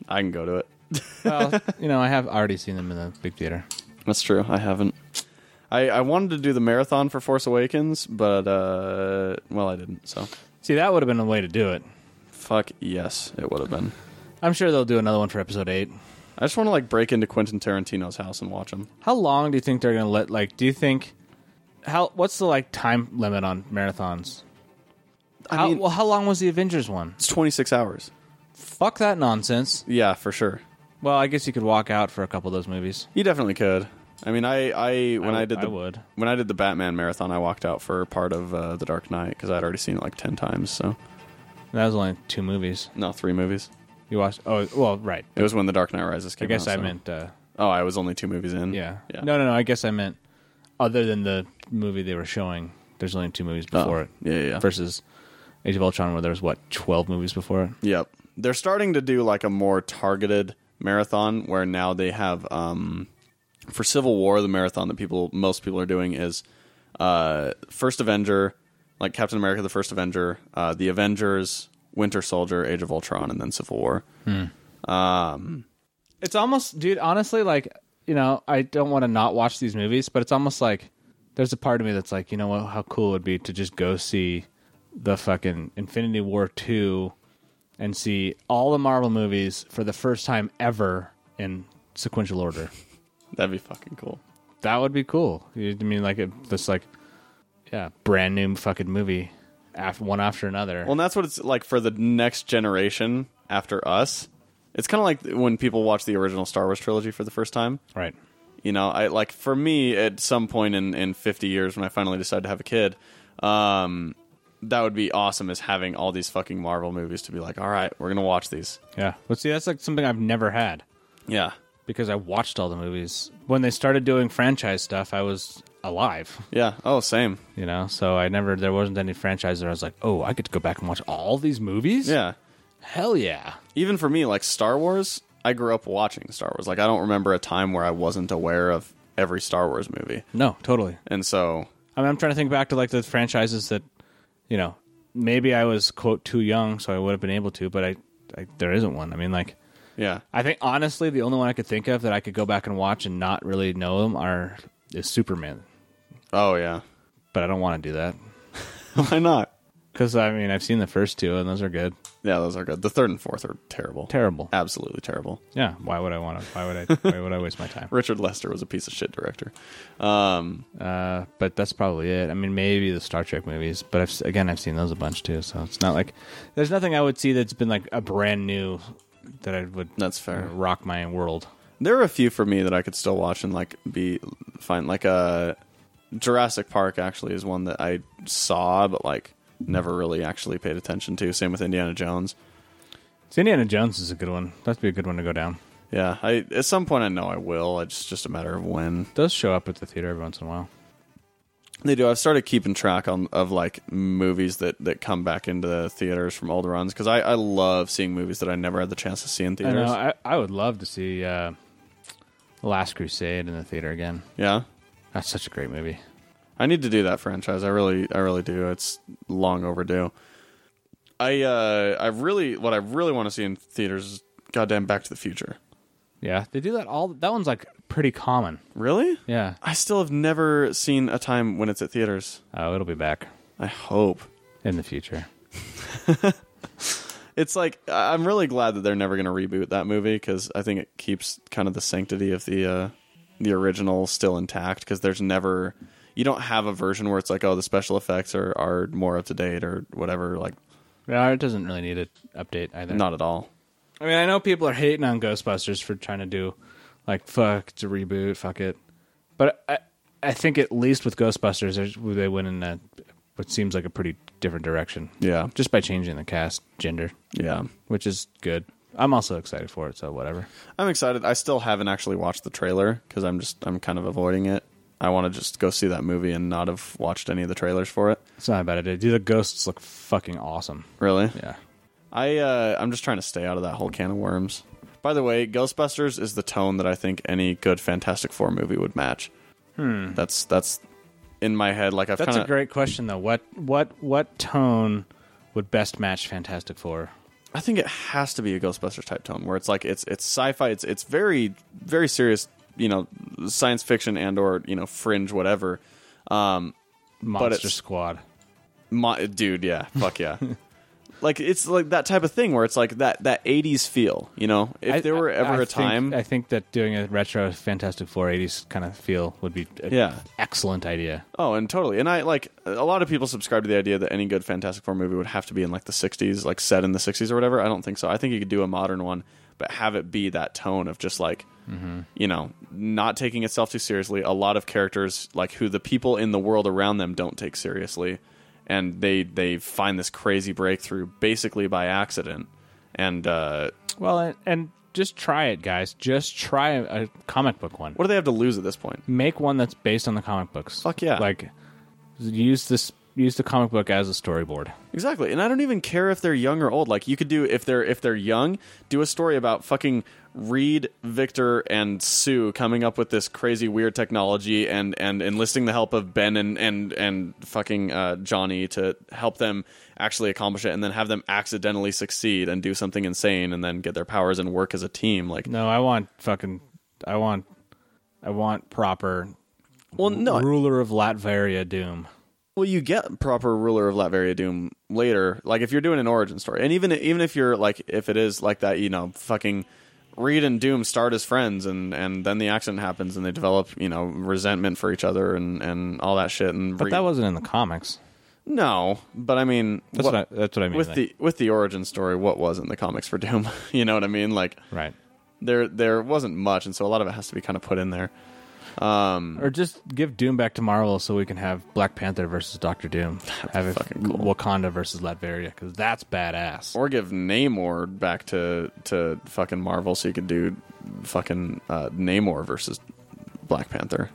I can go to it.
Well, you know, I have already seen them in the big theater.
That's true. I haven't. I I wanted to do the marathon for Force Awakens, but uh, well I didn't. So
See, that would have been a way to do it.
fuck yes, it would have been.
I'm sure they'll do another one for episode eight.
I just want to like break into Quentin Tarantino's house and watch him.
How long do you think they're gonna let? Like, do you think how? What's the like time limit on marathons?
I
how,
mean,
well, how long was the Avengers one?
it's twenty six hours.
Fuck that nonsense.
Yeah, for sure.
Well, I guess you could walk out for a couple of those movies.
You definitely could. I mean, I, I when
I w-
I, did the
I would.
when I did the Batman marathon, I walked out for part of uh, the Dark Knight because I'd already seen it like ten times. So
That was only two movies.
no, three movies.
You watched? Oh, well, right.
It was when the Dark Knight Rises came
I
out.
guess I
so-
meant. Uh,
Oh, I was only two movies in.
yeah.
yeah.
No, no, no. I guess I meant other than the movie they were showing. There's only two movies
Oh,
before it.
Yeah, yeah. yeah.
Versus Age of Ultron, where there was what twelve movies before it.
Yep. They're starting to do like a more targeted marathon where now they have um for Civil War the marathon that people most people are doing is uh First Avenger, like Captain America the First Avenger, uh the Avengers, Winter Soldier, Age of Ultron and then Civil War.
It's almost, dude. Honestly, like you know, I don't want to not watch these movies, but it's almost like there's a part of me that's like, you know what? How cool it would be to just go see the fucking Infinity War two and see all the Marvel movies for the first time ever in sequential order.
That'd be fucking cool.
That would be cool. You- I mean, like it, this, like yeah, brand new fucking movie, after one after another.
Well, and that's what it's like for the next generation after us. It's kind of like when people watch the original Star Wars trilogy for the first time.
right.
you know i like for me at some point in in 50 years when i finally decide to have a kid um that would be awesome is having all these fucking marvel movies to be like all right we're gonna watch these
Yeah. But see, that's like something I've never had.
yeah
because I watched all the movies. When they started doing franchise stuff, I was alive,
yeah oh same
you know. So I never there wasn't any franchise that I was like, "Oh, I get to go back and watch all these movies?"
yeah
Hell yeah.
even for me like star wars i grew up watching star wars like i don't remember a time where i wasn't aware of every star wars movie
No, totally.
and so
I mean, I'm trying to think back to like the franchises that, you know, maybe I was quote too young so I would have been able to, but I, I there isn't one. I mean, like
yeah
I think honestly the only one I could think of that I could go back and watch and not really know them are is Superman.
oh yeah
But I don't want to do that
why not
cuz I mean, I've seen the first two and those are good.
yeah those are good the third and fourth are terrible
Terrible.
absolutely terrible
Yeah, why would I want to? Why would I? why would I waste my time?
richard lester was a piece of shit director um
Uh, but that's probably it. I mean, maybe the Star Trek movies, but I've, s- again, I've seen those a bunch too. So it's not like there's nothing I would see that's been like a brand new that I would
That's fair.
rock my world.
There are a few for me that I could still watch and like be fine. Like uh, Jurassic Park actually is one that I saw, but like never really actually paid attention to. Same with Indiana Jones.
So Indiana Jones is a good one. That'd be a good one to go down.
Yeah, I at some point I know I will. It's just a matter of when.
Does show up at the theater every once in a while.
They do. I've started keeping track on of like movies that that come back into the theaters from older runs because I I love seeing movies that I never had the chance to see in
I
theaters.
know. I, I would love to see uh, Last Crusade in the theater again.
yeah,
That's such a great movie.
I need to do that franchise. I really, I really do. It's long overdue. I, uh, I really, what I really want to see in theaters is goddamn Back to the Future.
Yeah, they do that all. That one's like pretty common.
Really?
Yeah.
I still have never seen a time when it's at theaters.
Oh, it'll be back
I hope
in the future.
it's like I- I'm really glad that they're never going to reboot that movie because I think it keeps kind of the sanctity of the uh, the original still intact because there's never you don't have a version where it's like oh the special effects are are more up to date or whatever like
Yeah, it doesn't really need an update either.
not at all.
I mean, I know people are hating on Ghostbusters for trying to do like fuck to reboot, fuck it. But I, I think at least with Ghostbusters, there's- they went in a what seems like a pretty different direction.
Yeah,
Just by changing the cast gender,
yeah.
which is good. I'm also excited for it, so whatever.
I'm excited. I still haven't actually watched the trailer because I'm just I'm kind of avoiding it. I want to just go see that movie and not have watched any of the trailers for it.
It's not a bad idea. Dude, the ghosts look fucking awesome.
Really?
Yeah.
I uh, I'm just trying to stay out of that whole can of worms. By the way, Ghostbusters is the tone that I think any good Fantastic Four movie would match. Hmm. That's that's in my head. Like I've
That's
kinda,
a great question though. What what what tone would best match Fantastic Four?
I think it has to be a Ghostbusters type tone where it's like it's it's sci-fi. It's it's very very serious. You know, science fiction and or you know fringe whatever.
Monster
it's-
Squad.
My, dude, yeah, fuck yeah. like it's like that type of thing where it's like that that 80s feel, you know. If
I-
there were
I-
ever
I
a
think-
time,
I think that doing a retro Fantastic Four eighties kind of feel would be an
Yeah.
excellent idea.
oh, and totally. And I like a lot of people subscribe to the idea that any good Fantastic Four movie would have to be in like the 60s, like set in the 60s or whatever. I don't think so. I think you could do a modern one, but have it be that tone of just like
Mm-hmm.
you know not taking itself too seriously a lot of characters like who the people in the world around them don't take seriously and they they find this crazy breakthrough basically by accident and uh
Well, and, and just try it, guys. Just try a, a comic book one.
what do they have to lose at this point
Make one that's based on the comic books.
Fuck yeah.
Like use this use the comic book as a storyboard.
Exactly. And I don't even care if they're young or old. Like you could do if they're if they're young, do a story about fucking Reed, Victor, and Sue coming up with this crazy weird technology and and enlisting the help of Ben and and and fucking uh, Johnny to help them actually accomplish it and then have them accidentally succeed and do something insane and then get their powers and work as a team. Like
No, I want fucking I want I want proper
well no
ruler of Latveria doom.
Well, you get proper ruler of Latveria Doom later. Like if you're doing an origin story, and even even if you're like if it is like that, you know, fucking Reed and Doom start as friends, and and then the accident happens, and they develop you know resentment for each other, and and all that shit. And
But that wasn't in the comics.
no, but I mean,
That's what, I, that's what I mean.
with
like-
the with the origin story, what was in the comics for Doom? you know what I mean? Like
right.
there there wasn't much, and so a lot of it has to be kind of put in there.
Or just give Doom back to Marvel so we can have Black Panther versus Doctor Doom. have it-
fucking cool.
Wakanda versus Latveria cuz that's badass.
or give Namor back to to fucking Marvel, so you could do fucking uh, Namor versus Black Panther.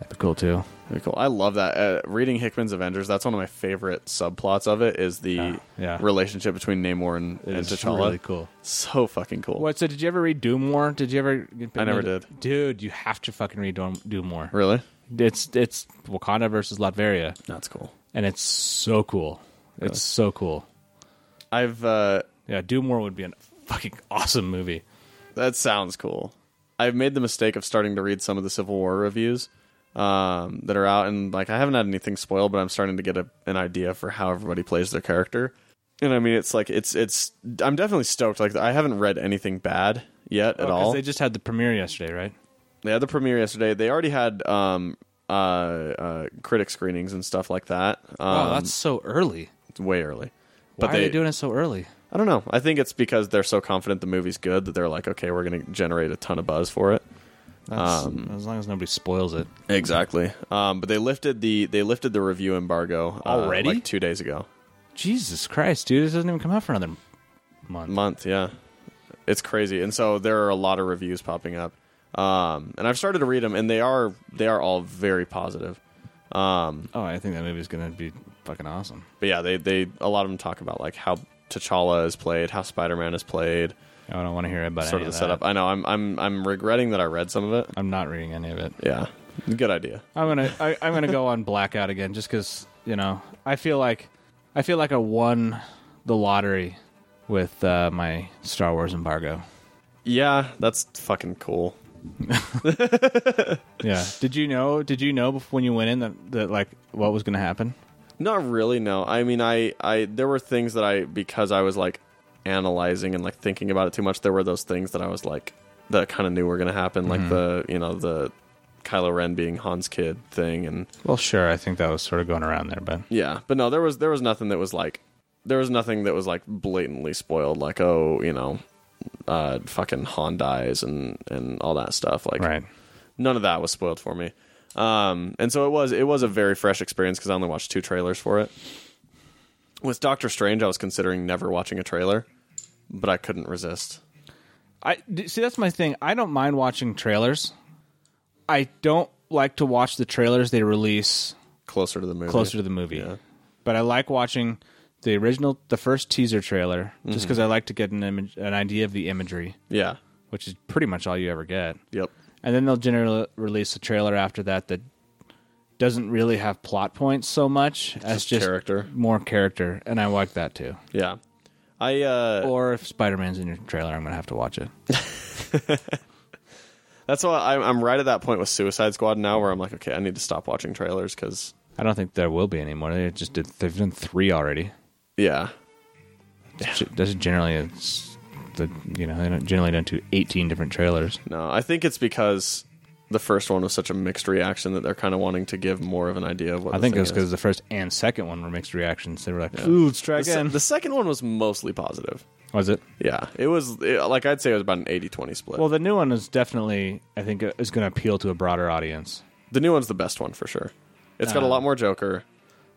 That'd be cool too.
That'd be cool. I love that. Uh, reading Hickman's Avengers, that's one of my favorite subplots of it. Is the
yeah.
relationship between Namor and, and
It's
T'Challa?
really cool.
So fucking cool.
What? So did you ever read Doom War? Did you ever?
I never did.
Dude, you have to fucking read Doom, Doom War.
Really?
It's it's Wakanda versus Latveria,
That's cool.
and it's so cool. It's so cool.
I've uh,
Yeah, Doom War would be a fucking awesome movie.
That sounds cool. I've made the mistake of starting to read some of the Civil War reviews um, that are out, and like I haven't had anything spoiled, but I'm starting to get a, an idea for how everybody plays their character. And I mean, it's like it's it's. I'm definitely stoked. Like I haven't read anything bad yet at
Oh, 'Cause
all.
They just had the premiere yesterday, right?
They had the premiere yesterday. They already had um, uh, uh, critic screenings and stuff like that. Um,
oh, that's so early.
it's way early.
Why are they doing it so early?
I don't know. I think it's because they're so confident the movie's good that they're like, okay, we're going to generate a ton of buzz for it.
That's-
um,
as long as nobody spoils it.
Exactly. Um, but they lifted the they lifted the review embargo uh,
Already?
like two days ago.
Jesus Christ, dude! This doesn't even come out for another month.
Month, yeah, it's crazy. And so there are a lot of reviews popping up, um, and I've started to read them, and they are they are all very positive. Um,
Oh, I think that movie's gonna be fucking awesome.
but yeah, they they a lot of them talk about like how T'Challa is played, how Spider Man is played,
I don't want to hear about
sort
any
of
that.
the setup. I know I'm I'm I'm regretting that I read some of it.
I'm not reading any of it.
Yeah, good idea.
I'm gonna I, I'm gonna go on blackout again just because you know I feel like I feel like I won the lottery with uh, my Star Wars embargo.
Yeah, that's fucking cool.
Yeah. did you know? Did you know bef- when you went in that, that like what was gonna happen?
Not really. No, I mean, I, I, there were things that I because I was like analyzing and like thinking about it too much. There were those things that I was like that I kind of knew were gonna happen, like the you know the Kylo Ren being Han's kid thing, and
Well, sure. I think that was sort of going around there, but
yeah. But no, there was there was nothing that was like there was nothing that was like blatantly spoiled, like oh you know, uh, fucking Han dies and and all that stuff. Like
right.
none of that was spoiled for me. Um, and so it was it was a very fresh experience because I only watched two trailers for it. With Doctor Strange, I was considering never watching a trailer, but I couldn't resist.
I d- see. That's my thing. I don't mind watching trailers. I don't like to watch the trailers they release
Closer to the movie,
closer to the movie. But I like watching the original, the first teaser trailer, just
Mm-hmm.
because I like to get an image, an idea of the imagery,
yeah,
which is pretty much all you ever get.
yep,
And then they'll generally release a trailer after that that doesn't really have plot points so much as
Just
just
character.
more character, and I like that too.
yeah. I uh,
Or if Spider Man's in your trailer, I'm gonna have to watch it.
that's why I'm, I'm right at that point with Suicide Squad now, where I'm like, okay, I need to stop watching trailers because
I don't think there will be any more. They just did. They've done three already.
yeah,
Ge- That's generally it's the you know they don't generally don't do 18 different trailers.
no, I think it's because the first one was such a mixed reaction that they're kind of wanting to give more of an idea of what
I
the
think it
thing
was because
is.
the first and second one were mixed reactions. They were like, "Ooh, let's try
The se-
again."
the second one was mostly positive.
was it?
Yeah, it was it, like I'd say it was about an 80-20 split.
Well, the new one is definitely, I think, uh, is going to appeal to a broader audience.
the new one's the best one for sure. It's
Uh,
got a lot more Joker.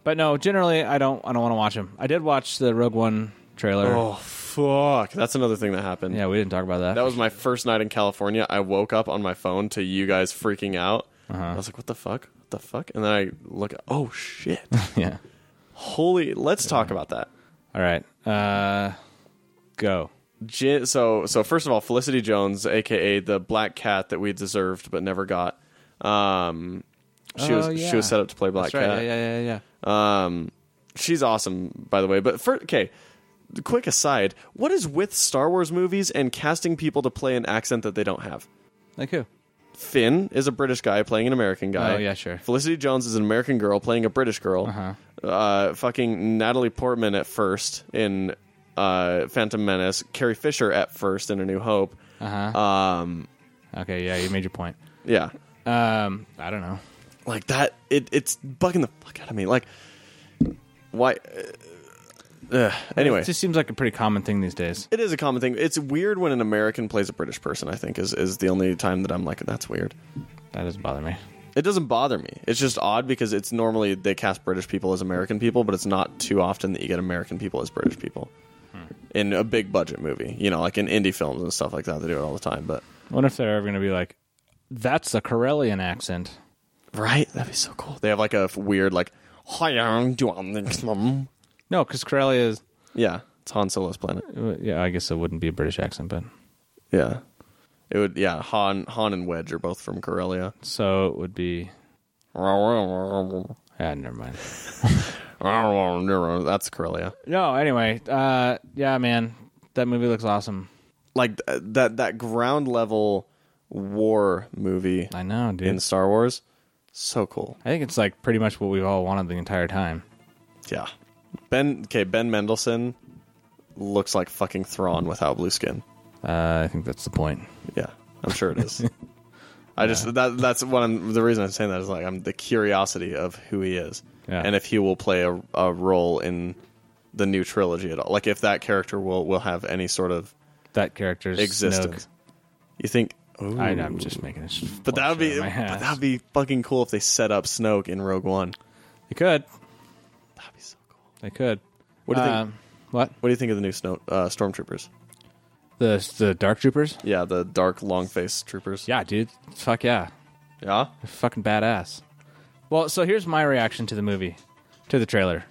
But no, generally, I don't. I don't want to watch them. I did watch the Rogue One trailer.
Oh fuck, that's another thing that happened.
Yeah, we didn't talk about that.
That was my first night in California. I woke up on my phone to you guys freaking out.
Uh-huh.
I was like, "What the fuck? What the fuck?" And then I look at, "Oh shit!
yeah.
Holy! Let's talk about that."
All right. Uh, go.
Jin, so so first of all, Felicity Jones, aka the Black Cat that we deserved but never got. Um, she
Oh,
was
yeah.
she was set up to play Black
That's right.
Cat.
Yeah, yeah, yeah, yeah.
Um, she's awesome, by the way. But for okay, quick aside, what is with Star Wars movies and casting people to play an accent that they don't have?
Like who?
Finn is a British guy playing an American guy.
Oh, yeah, sure.
Felicity Jones is an American girl playing a British girl.
Uh-huh.
Uh, fucking Natalie Portman at first in uh, Phantom Menace. Carrie Fisher at first in A New Hope.
Uh huh.
Um,
okay. Yeah, you made your point.
yeah,
Um, I don't know.
like that. It it's bugging the fuck out of me. Like, why? Uh, ugh. anyway,
It just seems like a pretty common thing these days.
It is a common thing. It's weird when an American plays a British person. I think is is the only time that I'm like that's weird.
That doesn't bother me.
It doesn't bother me. It's just odd because it's normally they cast British people as American people, but it's not too often that you get American people as British people in a big budget movie. You know, like in indie films and stuff like that. They do it all the time. But
I wonder if they're ever going to be like, "That's a Corellian accent."
right, that'd be so cool. They have like a f- weird like hi um, do um, this, um."
No, because Corellia is. uh,
yeah, it's Han Solo's planet.
Yeah, I guess it wouldn't be a British accent, but
Yeah, it would. Yeah, Han Han and Wedge are both from Corellia.
so it would be. Ah, never mind.
That's Corellia.
No, anyway, uh, yeah, man, that movie looks awesome.
like th- that that ground level war movie
I know, dude.
in Star Wars. So cool.
I think it's like pretty much what we've all wanted the entire time.
Yeah. Ben okay, Ben Mendelsohn looks like fucking Thrawn without blue skin.
Uh, I think that's the point.
Yeah. I'm sure it is. I just that that's what I'm the reason I'm saying that is like I'm the curiosity of who he is.
Yeah.
And if he will play a, a role in the new trilogy at all. Like if that character will will have any sort of
That character's
existence. You think Ooh.
Snoke. I know, I'm just making it.
But that would be but that would be fucking cool if they set up Snoke in Rogue One.
They could.
That'd be so cool.
They could.
What do you
Um,
think?
What?
What do you think of the new Snow uh, stormtroopers?
The the Dark Troopers?
Yeah, the dark, long faced troopers.
Yeah, dude. Fuck yeah.
yeah.
They're fucking badass. Well, so here's my reaction to the movie, to the trailer.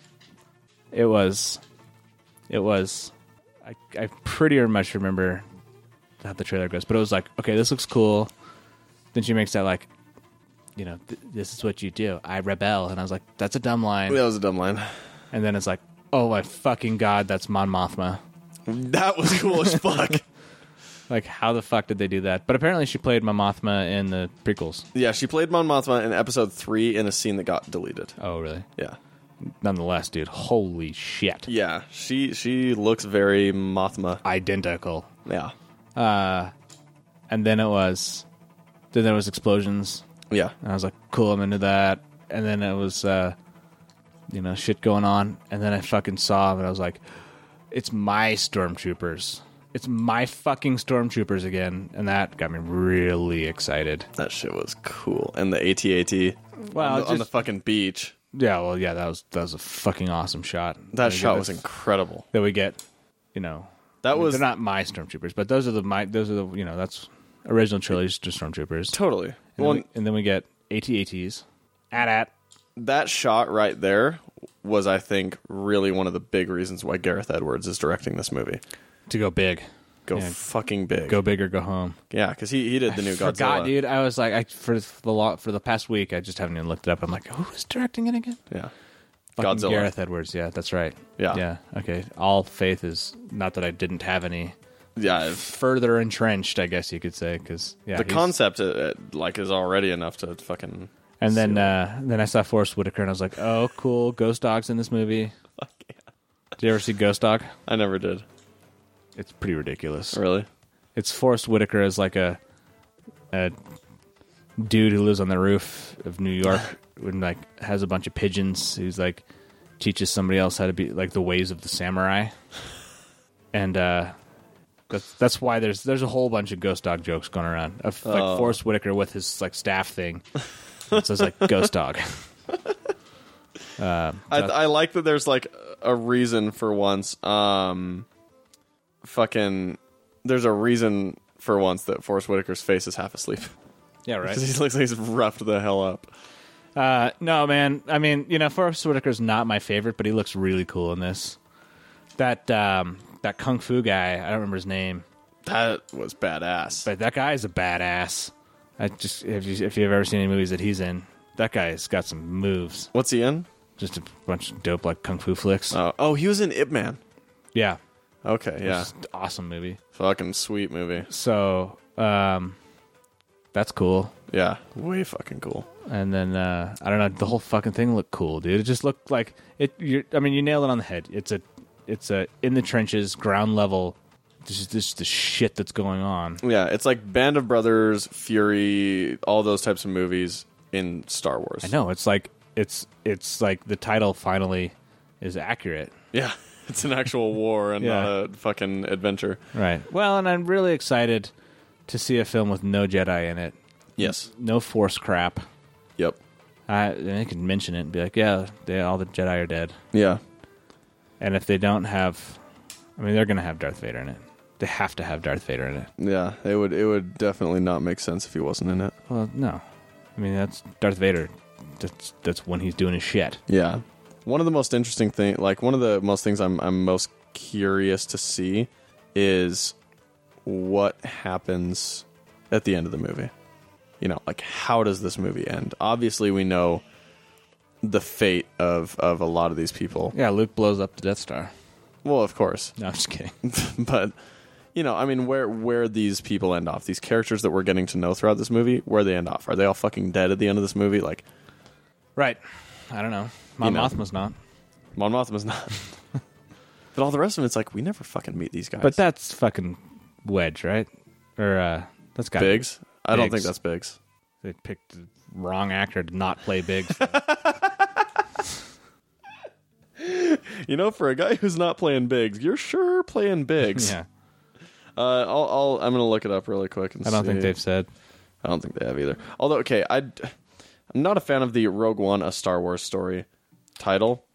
It was, it was, I, I pretty much remember how the trailer goes, but it was like, okay, this looks cool. Then she makes that like, you know, th- this is what you do. I rebel, and I was like, that's a dumb line.
That was a dumb line.
And then it's like, oh my fucking god, that's Mon Mothma.
That was cool as fuck.
Like, how the fuck did they do that? But apparently, she played Mon Mothma in the prequels.
Yeah, she played Mon Mothma in episode three in a scene that got deleted.
Oh, really?
Yeah,
Nonetheless, dude, holy shit,
yeah. She she looks very Mothma.
identical.
Yeah,
and then it was then there was explosions
yeah.
and i was like cool i'm into that and then it was uh you know shit going on and then i fucking saw him and i was like it's my stormtroopers it's my fucking stormtroopers again and that got me really excited
That shit was cool. And the ATAT
Well,
on, the,
just-
on the fucking beach.
yeah well yeah that was that was a fucking awesome shot
That
we
shot
get
was
this-
incredible.
that we get you know
That was
they're not my stormtroopers but those are the my those are the you know that's original trilogy stormtroopers
totally.
And,
Well,
then, we, and then we get AT-ATs. At-at.
that shot right there was, I think, really one of the big reasons why Gareth Edwards is directing this movie.
To go big.
Go
Yeah.
fucking big.
Go big or go home.
Yeah, because he, he did the new Godzilla.
Forgot, dude. I was like, I for the lo- for the past week, I just haven't even looked it up. I'm like, who's directing it again?
Yeah.
Fucking
Godzilla.
Gareth Edwards. Yeah, that's right.
Yeah.
Yeah. Okay. All faith is not that I didn't have any.
Yeah. if-
Further entrenched, I guess you could say, because yeah.
The
he's-
concept, uh, uh, like, is already enough to fucking.
and then uh, then I saw Forrest Whitaker, and I was like, oh, cool. Ghost Dog's in this movie.
Fuck yeah.
Did you ever see Ghost Dog?
I never did.
It's pretty ridiculous.
Really?
it's Forrest Whitaker as like a, a dude who lives on the roof of New York and like has a bunch of pigeons who's like teaches somebody else how to be like the ways of the samurai. And uh that's that's why there's there's a whole bunch of ghost dog jokes going around. Of like
Oh.
Forrest Whitaker with his like staff thing. It says like ghost dog.
I, I like that there's like a reason for once. Um, fucking, there's a reason for once that Forrest Whitaker's face is half asleep
Yeah, right.
'Cause he looks like he's roughed the hell up.
Uh, no, man. I mean, you know, Forrest Whitaker's not my favorite, but he looks really cool in this. That um, that kung fu guy, I don't remember his name,
That was badass.
but that guy is a badass. I just if you if you've ever seen any movies that he's in, that guy's got some moves.
What's he in?
Just a bunch of dope like kung fu flicks.
Oh, oh, he was in Ip Man.
yeah,
Okay, yeah,
Just awesome movie.
fucking sweet movie.
So um, that's cool.
Yeah, way fucking cool.
And then uh, I don't know, the whole fucking thing looked cool, dude. It just looked like it. You're, I mean, you nailed it on the head. It's a, it's a in the trenches, ground level. This is this is the shit that's going on.
Yeah, it's like Band of Brothers, Fury, all those types of movies in Star Wars.
I know. It's like it's it's like the title finally is accurate,
Yeah, it's an actual war and
Yeah.
not a fucking adventure.
right? Well, and I'm really excited to see a film with no Jedi in it,
Yes.
no Force crap.
Yep.
I and they can mention it and be like, yeah, they, all the Jedi are dead.
Yeah.
And if they don't have, I mean, they're gonna have Darth Vader in it. They have to have Darth Vader in it.
Yeah, it would it would definitely not make sense if he wasn't in it.
Well, no. I mean, that's Darth Vader. That's that's when he's doing his shit.
Yeah. One of the most interesting thing like one of the most things I'm I'm most curious to see is what happens at the end of the movie. You know, like how does this movie end? Obviously we know the fate of of a lot of these people.
Yeah, Luke blows up the Death Star.
Well, of course.
No, I'm just kidding.
but you know, I mean, where where these people end off, these characters that we're getting to know throughout this movie, where they end off? Are they all fucking dead at the end of this movie? Like
Right. I don't know. My
You know.
Mothma's not.
Mon Mothma's not. but all the rest of them, it's like we never fucking meet these guys.
But that's fucking Wedge, right? Or uh that's got
Biggs, I don't think
Biggs.
that's Biggs.
They picked the wrong actor to not play Biggs.
You know, for a guy who's not playing Biggs, you're sure playing Biggs.
yeah.
Uh, I'll, I'll I'm gonna look it up really quick. And
I don't think
see.
they've said.
I don't think they have either. Although, okay, I I'm not a fan of the Rogue One: A Star Wars Story title.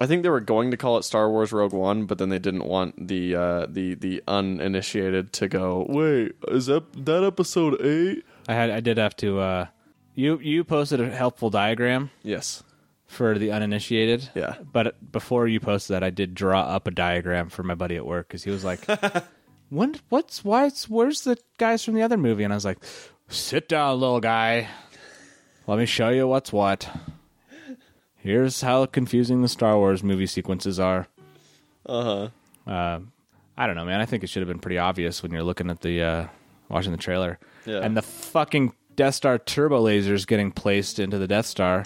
I think they were going to call it Star Wars Rogue One, but then they didn't want the uh, the the uninitiated to go. Wait, is that that episode eight?
I had I did have to uh you you posted a helpful diagram
Yes.
for the uninitiated.
Yeah.
But before you posted that, I did draw up a diagram for my buddy at work because he was like, "When? What's? Why? It's, where's the guys from the other movie?" And I was like, "Sit down, little guy. Let me show you what's what. Here's how confusing the Star Wars movie sequences are." Uh-huh. I don't know, man. I think it should have been pretty obvious when you're looking at the uh, watching the trailer.
Yeah.
And the fucking Death Star turbo lasers getting placed into the Death Star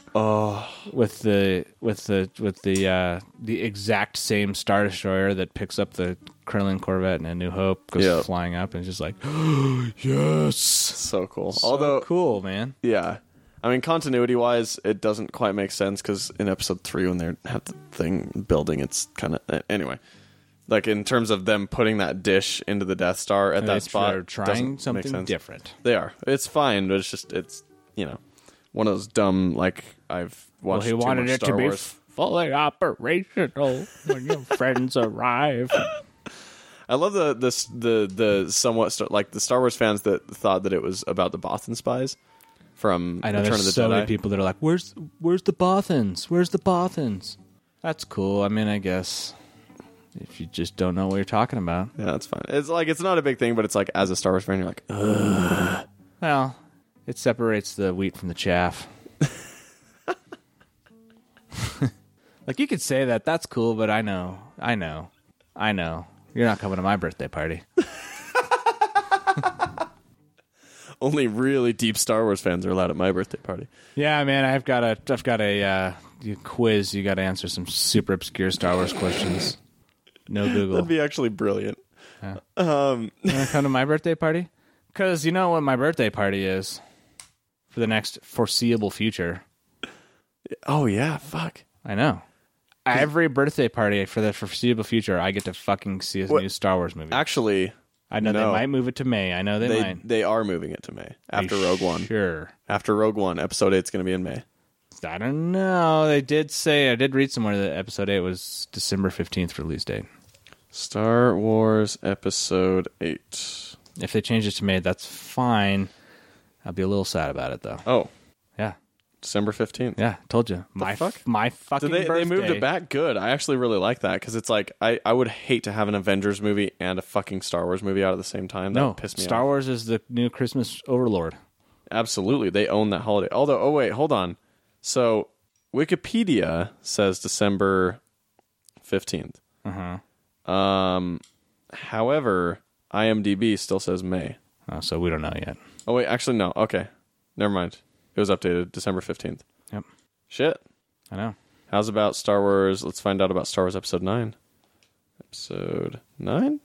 with the with the with the uh, the exact same star destroyer that picks up the Krillin Corvette and A New Hope goes
Yeah.
flying up and is just like
Yes. So cool. Although,
cool man
yeah, I mean, continuity wise, it doesn't quite make sense because in episode three, when they have the thing building, it's kind of anyway. Like in terms of them putting that dish into the Death Star at
And
that
they
spot,
try-
doesn't
trying
make
something
sense.
different.
They are. It's fine, but it's just it's you know one of those dumb like I've
Well,
watched.
he
too
wanted
much
it
Star
to be
Wars.
fully operational when your friends arrive.
I love the the the the somewhat star, like the Star Wars fans that thought that it was about the Boston spies from
I know
Return
there's
of the
so
Jedi.
many people that are like, "Where's where's the Bothans? Where's the Bothans?" That's cool. I mean, I guess if you just don't know what you're talking about,
Yeah, that's fine. It's like it's not a big thing, but it's like as a Star Wars fan, you're like, "Ugh."
well, it separates the wheat from the chaff. like you could say that. That's cool, but I know, I know, I know. You're not coming to my birthday party.
only really deep Star Wars fans are allowed at my birthday party.
Yeah, man, I've got a, I've got a uh, you- quiz. You got to answer some super obscure Star Wars questions. No Google.
That'd be actually brilliant. Um,
you want to come to my birthday party? Because you know what my birthday party is. for the next foreseeable future.
Oh yeah, fuck.
I know. Every birthday party for the foreseeable future, I get to fucking see a new Star Wars movie.
Actually,
I know
no.
they might move it to May. I know they,
they
might.
they are moving it to May
They
after Rogue One.
Sure.
After Rogue One, Episode Eight's going to be in May.
I don't know. They did say I did read somewhere that episode eight was December fifteenth release date.
Star Wars Episode Eight.
If they change it to May, that's fine. I'll be a little sad about it though.
Oh,
Yeah,
December fifteenth.
yeah. Told you. my
fuck?
My fucking.
they, they
birthday.
moved it back good. I actually really like that because it's like I, I would hate to have an Avengers movie and a fucking Star Wars movie out at the same time. That
No,
pissed me
Star
off.
Wars is the new Christmas overlord.
Absolutely, they own that holiday. Although, oh wait, hold on. So Wikipedia says December 15th Uh-huh. Um, however, IMDb still says May.
Oh, so we don't know yet.
Oh wait, actually no. Okay, never mind. It was updated December fifteenth.
Yep.
Shit.
I know.
How's about Star Wars? Let's find out about Star Wars Episode Nine. Episode Nine.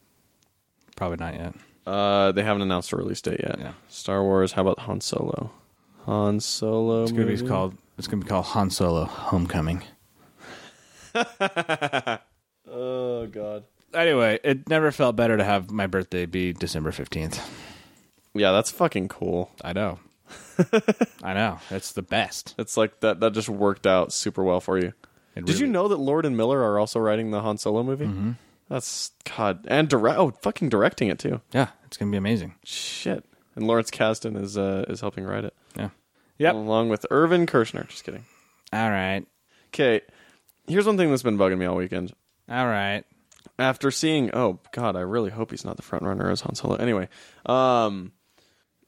Probably not yet.
Uh, they haven't announced a release date yet.
Yeah.
Star Wars. How about Han Solo? Han Solo.
This movie's
movie?
called. It's gonna be called Han Solo: Homecoming.
Oh God.
Anyway, it never felt better to have my birthday be December fifteenth.
Yeah, that's fucking cool.
I know. I know. That's the best.
It's like that. That just worked out super well for you.
It
Did you
really-
know that Lord and Miller are also writing the Han Solo movie? Mm-hmm. That's God and direct. Oh, fucking directing it too.
Yeah, it's gonna be amazing.
Shit. And Lawrence Kasdan is uh, is helping write it.
Yeah. Yep.
Along with Irvin Kershner. Just kidding.
All right.
Okay. Here's one thing that's been bugging me all weekend.
All right.
After seeing, oh God, I really hope he's not the front runner as Han Solo. Anyway, um,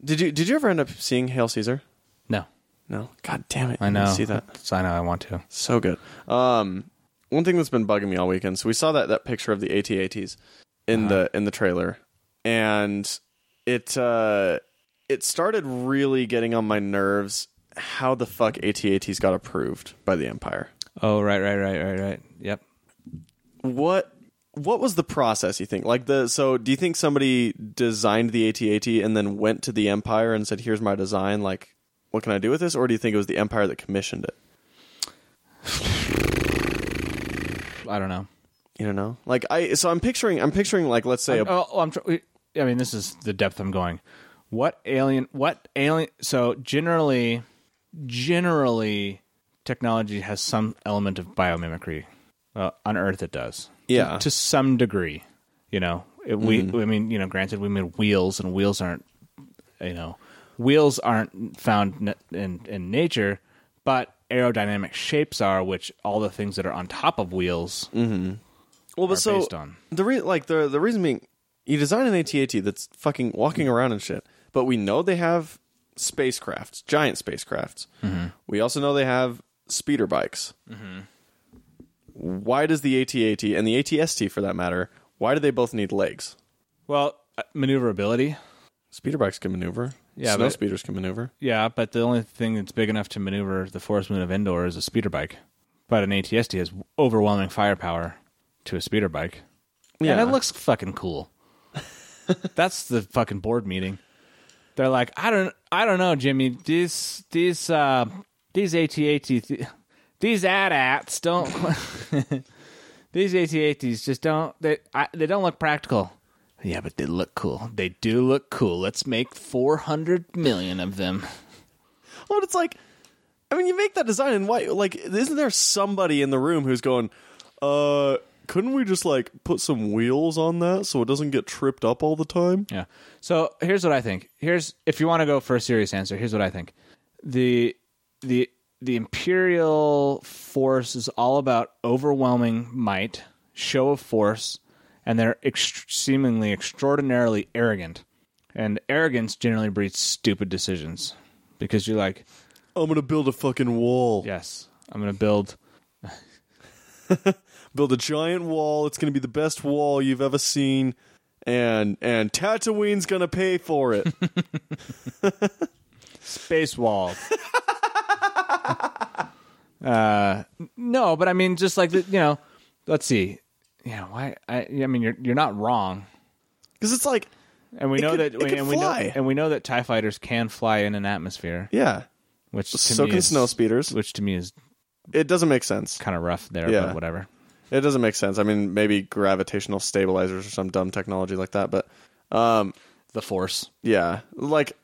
did you did you ever end up seeing Hail Caesar?
No,
No. God damn it!
I
you didn't
know.
See that?
That's- I know. I want to.
So good. Um, one thing that's been bugging me all weekend. So we saw that that picture of the ATATs in the in the trailer, and it uh, it started really getting on my nerves. How the fuck ATATs got approved by the Empire?
Oh, right, right, right, right, right. Yep.
What what was the process? You think like the so? Do you think somebody designed the ATAT and then went to the Empire and said, "Here's my design. Like, what can I do with this?" Or do you think it was the Empire that commissioned it?
I don't know.
You don't know. Like I so I'm picturing I'm picturing like let's say a
Oh, oh, I'm. Tr- I mean, this is the depth I'm going. What alien? What alien? So generally, generally, technology has some element of biomimicry. Well, on Earth, it does.
Yeah.
to, to some degree. You know, it, we. I mean, you know, granted, we made wheels, and wheels aren't. You know, wheels aren't found n- in in nature, but aerodynamic shapes are, which all the things that are on top of wheels
well, but
are
so
based on.
the re- like the the reason being, you design an ATAT that's fucking walking around and shit, but we know they have spacecrafts, giant spacecrafts.
Mm-hmm.
We also know they have speeder bikes. Why does the ATAT and the ATST, for that matter, why do they both need legs?
Well, uh, maneuverability.
Speeder bikes can maneuver.
Yeah,
snow
but-
speeders can maneuver.
Yeah, but the only thing that's big enough to maneuver the forest moon of Endor is a speeder bike. But an ATSD has overwhelming firepower to a speeder bike. Yeah, and it looks fucking cool. that's the fucking board meeting. They're like, I don't, I don't know, Jimmy. These, these, uh, these ATAT, th- these AT-ATs don't. these AT-ATs just don't. They, I, they don't look practical. Yeah, but they look cool. They do look cool. Let's make four hundred million of them.
Well, it's like, I mean, you make that design, and why? Like, isn't there somebody in the room who's going, uh, couldn't we just like put some wheels on that so it doesn't get tripped up all the time?
Yeah. So here's what I think. Here's if you want to go for a serious answer. Here's what I think. The the the imperial force is all about overwhelming might, show of force, and they're ext- seemingly extraordinarily arrogant. And arrogance generally breeds stupid decisions because you're like,
I'm gonna build a fucking wall.
yes, I'm going to build.
Build a giant wall. It's gonna be the best wall you've ever seen, and and Tatooine's gonna pay for it.
space wall. uh, no, but I mean, just like the, you know, let's see, you know, why? I, I mean, you're you're not wrong.
Because it's like
and we
It
know
could-
that,
it could
and we know,
fly.
and we know that Tie fighters can fly in an atmosphere,
Yeah,
which to
so
me
can
is,
snow speeders.
which to me is
It doesn't make sense.
kind of rough there,
Yeah.
but whatever.
It doesn't make sense. I mean, maybe gravitational stabilizers or some dumb technology like that, but um,
The Force.
yeah, like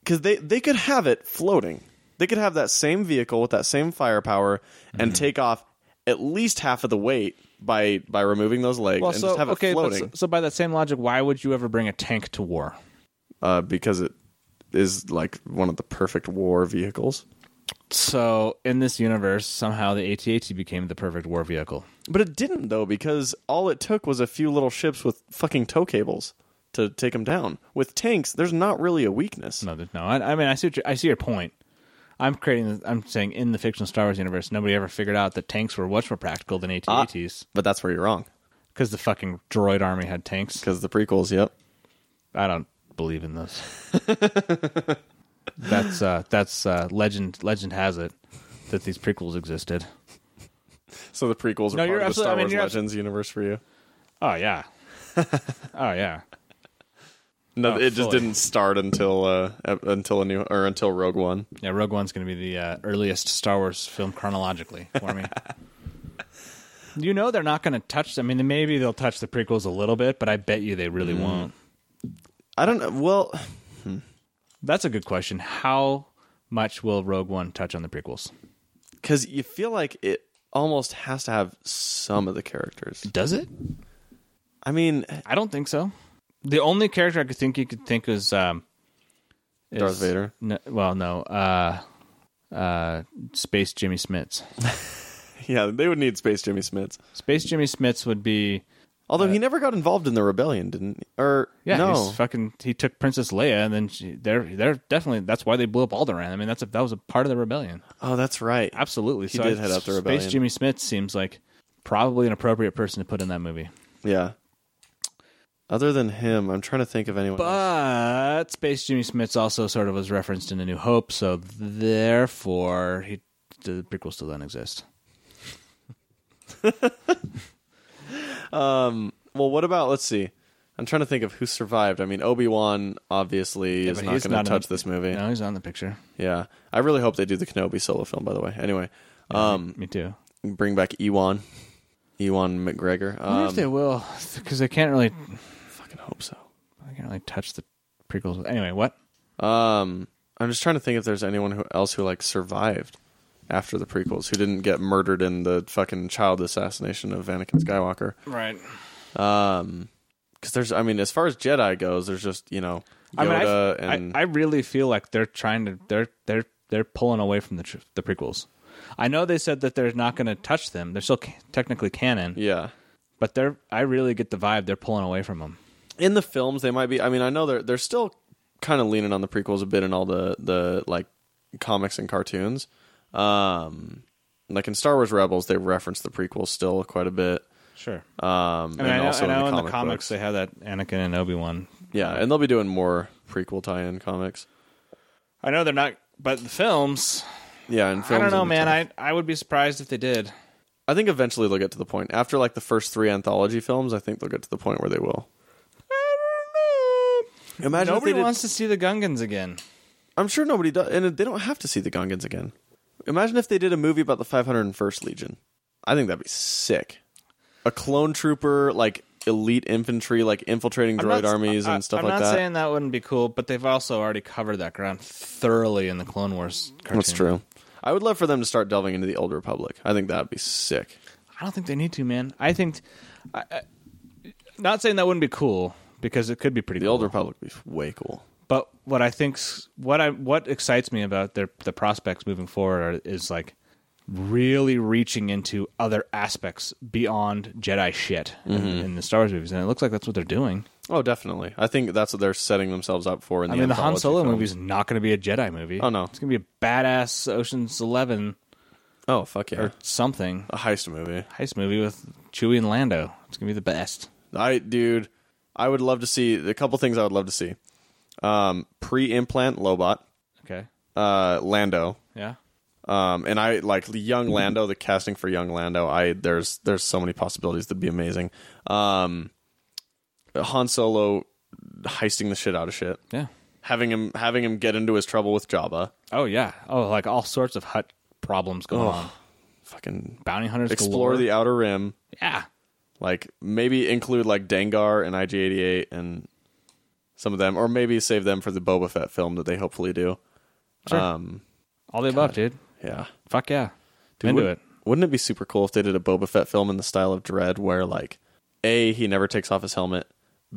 because they they could have it floating. They could have that same vehicle with that same firepower
Mm-hmm.
and take off at least half of the weight by by removing those legs
Well,
and
so
just have
okay,
it
but
floating
so, so by that same logic, why would you ever bring a tank to war?
uh, because it is like one of the perfect war vehicles.
So in this universe, somehow the AT-AT became the perfect war vehicle.
But it didn't though, because all it took was a few little ships with fucking tow cables to take them down. With tanks, there's not really a weakness.
No, there's no. I, I mean, I see. What you, I see your point. I'm creating. The, I'm saying in the fictional Star Wars universe, nobody ever figured out that tanks were much more practical than AT-ATs
But that's where you're wrong,
because the fucking droid army had tanks.
because the prequels. Yep.
I don't believe in those. that's uh, that's uh, legend. Legend has it that these prequels existed.
So the prequels
No,
are part
you're
of the
absolutely-
Star
I mean,
Wars
you're abso-
Legends universe for you.
Oh yeah. oh yeah.
No,
Oh,
it just
fully.
didn't start until uh, ep- until a new or until Rogue One.
Yeah, Rogue One's going to be the uh, earliest Star Wars film chronologically for me. you know they're not going to touch. I mean, maybe they'll touch the prequels a little bit, but I bet you they really won't.
I don't know. Well,
That's a good question. How much will Rogue One touch on the prequels?
because you feel like it almost has to have some of the characters.
Does it?
I mean,
I don't think so. The only character I could think you could think is, um, is-
Darth Vader.
No, well, no, uh, uh, Space Jimmy Smits.
Yeah, they would need Space Jimmy Smits.
Space Jimmy Smits would be
Although he never got involved in the rebellion, didn't? he? Or
Uh, Yeah,
no,
he's fucking. He took Princess Leia, and then she, they're they're definitely that's why they blew up Alderaan. I mean, that's a, that was a part of the rebellion.
Oh, that's right.
Absolutely,
He did head up the rebellion.
Space Jimmy Smith seems like probably an appropriate person to put in that movie.
Yeah. Other than him, I'm trying to think of anyone. else.
But Space Jimmy Smith's also sort of was referenced in A New Hope, so therefore he the prequels still don't exist.
Well, what about? Let's see. I'm trying to think of who survived. I mean, Obi Wan obviously is
but
not
he's
going to
not in
touch
the-
this movie.
No, he's not in the picture.
Yeah, I really hope they do the Kenobi solo film. By the way, anyway, um,
Me too.
bring back Ewan, Ewan McGregor.
I wonder
Um,
if they will, because they can't really,
fucking hope so.
they can't really touch the prequels. Anyway, what?
Um, I'm just trying to think if there's anyone who else who like survived after the prequels who didn't get murdered in the fucking child assassination of Anakin Skywalker.
Right.
Um, because there's, I mean, as far as Jedi goes, there's just you know Yoda
I mean, I,
and
I, I really feel like they're trying to they're they're they're pulling away from the tr- the prequels. I know they said that they're not going to touch them. They're still ca- technically canon,
yeah.
but they're I really get the vibe they're pulling away from them.
In the films, they might be. I mean, I know they're they're still kind of leaning on the prequels a bit in all the the like comics and cartoons. Um, like in Star Wars Rebels, they reference the prequels still quite a bit.
Sure.
Um,
I mean,
and
I know,
also
I know in, the
comic
comics
books.
they have that Anakin and Obi Wan.
yeah, and they'll be doing more prequel tie-in comics.
I know they're not, but the films.
Yeah, and
I
films
don't know,
and-
man. I I would be surprised if they did.
I think eventually they'll get to the point after like the first three anthology films. I think they'll get to the point where they will. Imagine if they
Nobody
did-
wants to see the Gungans again.
I'm sure nobody does, and they don't have to see the Gungans again. Imagine if they did a movie about the 501st Legion. I think that'd be sick. A clone trooper, like elite infantry, like infiltrating
I'm
droid
not-
armies
I-
and stuff
I'm
like
not
that.
saying that wouldn't be cool, but they've also already covered that ground thoroughly in the Clone Wars. Cartoon.
That's true. I would love for them to start delving into the Old Republic. I think that'd be sick.
I don't think they need to, man. I think, I, I, not saying that wouldn't be cool because it could be pretty
The
cool.
Old Republic would be way cool.
But what I think's what I what excites me about their the prospects moving forward are, is like really reaching into other aspects beyond Jedi shit in, in the Star Wars movies, and it looks like that's what they're doing.
Oh, definitely. I think that's what they're setting themselves up for. In the
I mean, the Han
anthology
Solo
films.
movie is not going to be a Jedi movie.
Oh, no.
it's going to be a badass Ocean's Eleven
Oh, fuck yeah.
or something
a heist movie.
heist movie with Chewie and Lando. It's going to be the best.
I dude, I would love to see a couple things I would love to see. Um, pre-implant Lobot,
Okay,
uh, Lando,
yeah.
um, and I like young
Mm-hmm.
Lando. The casting for young Lando, I there's there's so many possibilities that'd be amazing. Um, Han Solo heisting the shit out of shit.
Yeah.
Having him having him get into his trouble with Jabba.
Oh yeah. Oh, like all sorts of hut problems going on.
Fucking
Bounty hunters
explore
galore.
the outer rim.
yeah.
Like maybe include like Dangar and IG88 and some of them, or maybe save them for the Boba Fett film that they hopefully do. Um,
All the above, dude.
yeah.
Fuck yeah.
Dude,
Into
wouldn't-
it.
Wouldn't it be super cool if they did a Boba Fett film in the style of Dread, where like, a he never takes off his helmet,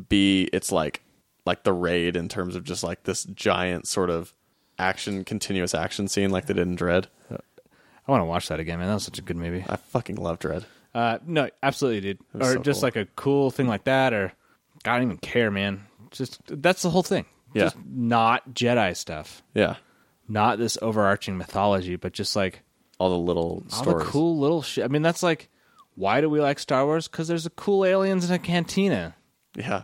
b it's like like the raid in terms of just like this giant sort of action continuous action scene like they did in Dread.
I want to watch that again, man. That was such a good movie.
I fucking love Dread.
Uh, no, absolutely, dude.
was
Or
so
just
cool.
like a cool thing like that, or God, I don't even care, man. Just that's the whole thing.
Yeah.
Just not Jedi stuff,
Yeah,
not this overarching mythology, but just like
all the little
all
stories.
the cool little shit. I mean, that's like why do we like Star Wars? Because there's a cool aliens in a cantina.
Yeah,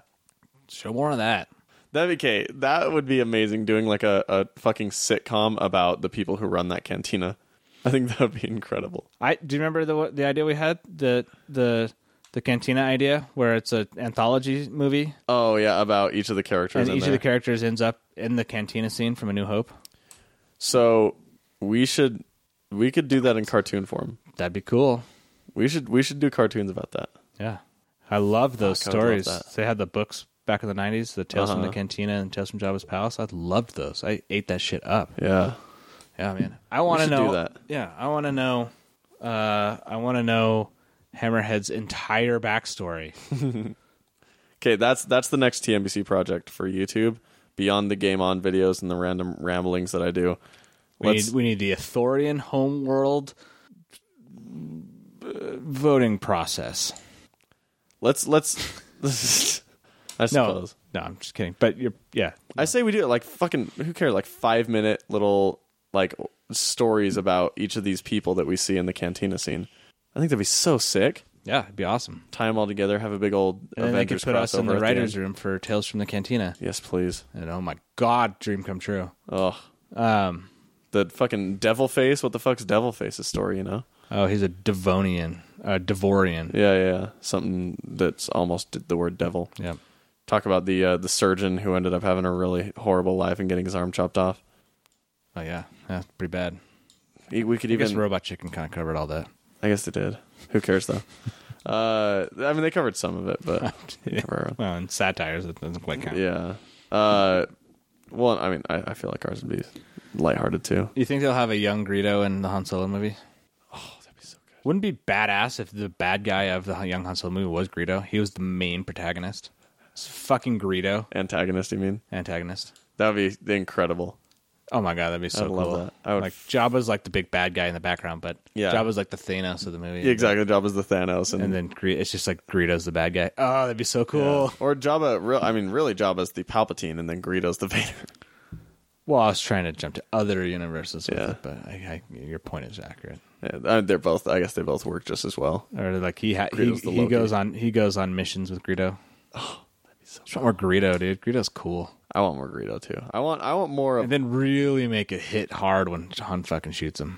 Show more of that.
that'd be okay. That would be amazing. Doing like a, a fucking sitcom about the people who run that cantina. I think that would be incredible.
I do you remember the the idea we had the the the cantina idea where it's an anthology movie
Oh yeah, about each of the characters.
and
in
each of
there.
the characters ends up in the cantina scene from A New Hope.
So we should we could do that in cartoon form.
That'd be cool.
We should we should do cartoons about that.
Yeah. I love those
Fuck, I would love
stories.
that.
they had the books back in the 90s, the Tales from the
Uh-huh.
Cantina and Tales from Jabba's Palace. I loved those. I ate that shit up.
Yeah.
Yeah, man. I want to
should
know
do that.
Yeah, I want to know uh I want to know Hammerhead's entire backstory.
Okay, that's that's the next TMBC project for YouTube. Beyond the game on videos and the random ramblings that I do.
We
Let's
need, we need the Authorian homeworld uh, voting process.
let's let's I
No.
suppose.
No, I'm just kidding. But you're yeah.
I say we do it like fucking who cares, like five minute little like stories about each of these people that we see in the cantina scene. I think that'd be so sick.
Yeah, it'd be awesome.
Tie them all together, have a big old
And then they could
Avengers
put us in
crossover
the
at
writers'
end.
room for Tales from the Cantina.
Yes, please.
And oh my god, dream come true.
Ugh.
Um,
the fucking devil face. What the fuck's devil face's story? You know?
oh, he's a Devonian, uh, Devorian.
Yeah, yeah, yeah. Something that's almost did the word devil.
Yeah.
Talk about the uh, the surgeon who ended up having a really horrible life and getting his arm chopped off.
Oh yeah, that's pretty bad.
E- We could
I
even.
guess Robot Chicken kind of covered all that.
I guess they did. Who cares though? uh, I mean, they covered some of it, but Never-
Well, and satires, it doesn't quite count.
yeah. Uh, well, I mean, I, I feel like ours would be lighthearted too.
You think they'll have a young Greedo in the Han Solo movie?
Oh, that'd be so good.
Wouldn't it be badass if the bad guy of the young Han Solo movie was Greedo? He was the main protagonist. It's fucking Greedo
Antagonist, you mean?
antagonist.
That would be incredible.
Oh my god, that'd be so
I'd
cool.
love that. I would
Like Jabba's like the big bad guy in the background, but
Yeah.
Jabba's like the Thanos of the movie.
Yeah, exactly. The job is the Thanos, and,
And then Gre- it's just like Greedo's the bad guy. Oh, that'd be so cool.
Or Jabba, real, I mean, really, Jabba's the Palpatine, and then Greedo's the Vader.
Well, I was trying to jump to other universes with
Yeah.
it, but I, I, your point is accurate.
Yeah, I- they're both. I guess they both work just as well.
Or like he ha- he,
Greedo's the
he
Loki.
goes on he goes on missions with Greedo. Oh, so more Greedo, dude. Greedo's cool.
I want more Greedo too. I want. I want more
And
of.
then really make it hit hard when Han fucking shoots him.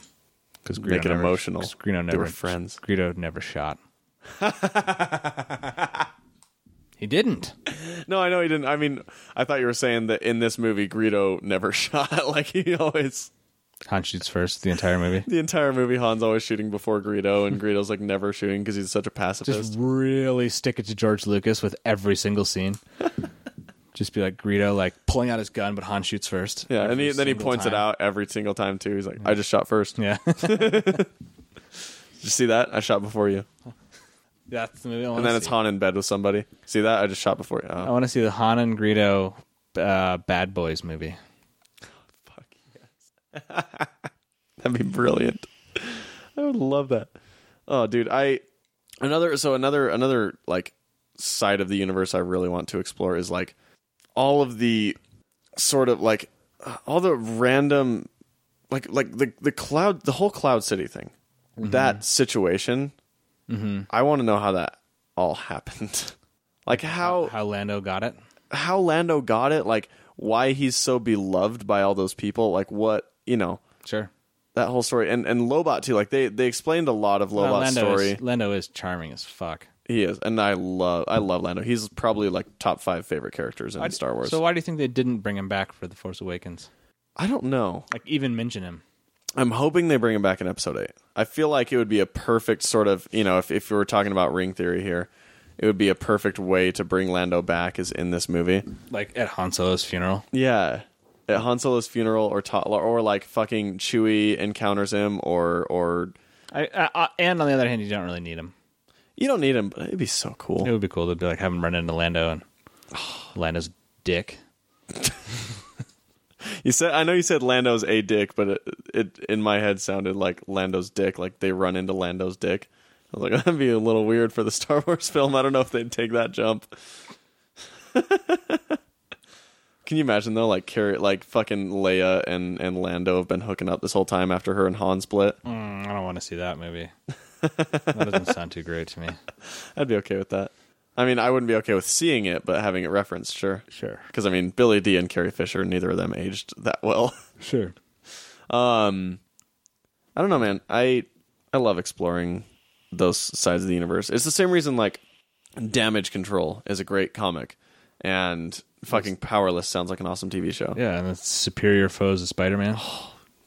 Because
Make it emotional.
Greedo
They
never
were friends.
Greedo never shot. he didn't.
No, I know he didn't. I mean, I thought you were saying that in this movie, Greedo never shot. Like he always,
Han shoots first the entire movie.
the entire movie, Han's always shooting before Greedo, and Greedo's like never shooting because he's such a pacifist.
Just really stick it to George Lucas with every single scene. Just be like Greedo, like pulling out his gun, but Han shoots first.
yeah, and he,
Every
then he
single
points it
time.
out every single time too. He's like, "I just shot first.
Yeah,
Did you see that? I shot before you."
that's the movie. I
And then it's Han in bed with somebody. See that? I just shot before you.
I
Oh,
want to see the Han and Greedo uh, Bad Boys movie.
Fuck yes. That'd be brilliant. I would love that. Oh, dude, I another so another another like side of the universe I really want to explore is like all of the sort of like uh, all the random like like the the cloud the whole cloud city thing. That situation. I want to know how that all happened. like how
How Lando got it?
how Lando got it, like why he's so beloved by all those people, like what you know
Sure.
that whole story, and and Lobot too. Like they they explained a lot of
Well,
Lobot's
Uh, Lando
story.
Is, Lando is charming as fuck.
He is, and I love I love Lando. He's probably like top five favorite characters in Star Wars.
So why do you think they didn't bring him back for the Force Awakens?
I don't know.
Like even mention him.
I'm hoping they bring him back in episode eight. I feel like it would be a perfect sort of you know if if we were talking about ring theory here, it would be a perfect way to bring Lando back is in this movie.
like at Han Solo's funeral.
Yeah, at Han Solo's funeral, or Ta- or like fucking Chewie encounters him, or or
I, I, I and on the other hand, you don't really need him.
you don't need him, but it'd be so cool.
It would be cool to be like have him run into Lando and Lando's dick.
You said I know you said Lando's a dick, but it, it in my head sounded like Lando's dick, like they run into Lando's dick. I was like, that'd be a little weird for the Star Wars film. I don't know if they'd take that jump. Can you imagine though, like carry like fucking Leia and and Lando have been hooking up this whole time after her and Han split?
Mm, I don't want to see that movie. that doesn't sound too great to me.
I'd be okay with that. I mean, I wouldn't be okay with seeing it, but having it referenced, sure.
Sure.
Because I mean, Billy D and Carrie Fisher, neither of them aged that well.
Sure.
Um, I don't know, man. I I love exploring those sides of the universe. It's the same reason like Damage Control is a great comic, and fucking Powerless sounds like an awesome TV show.
Yeah, and it's superior foes of Spider Man.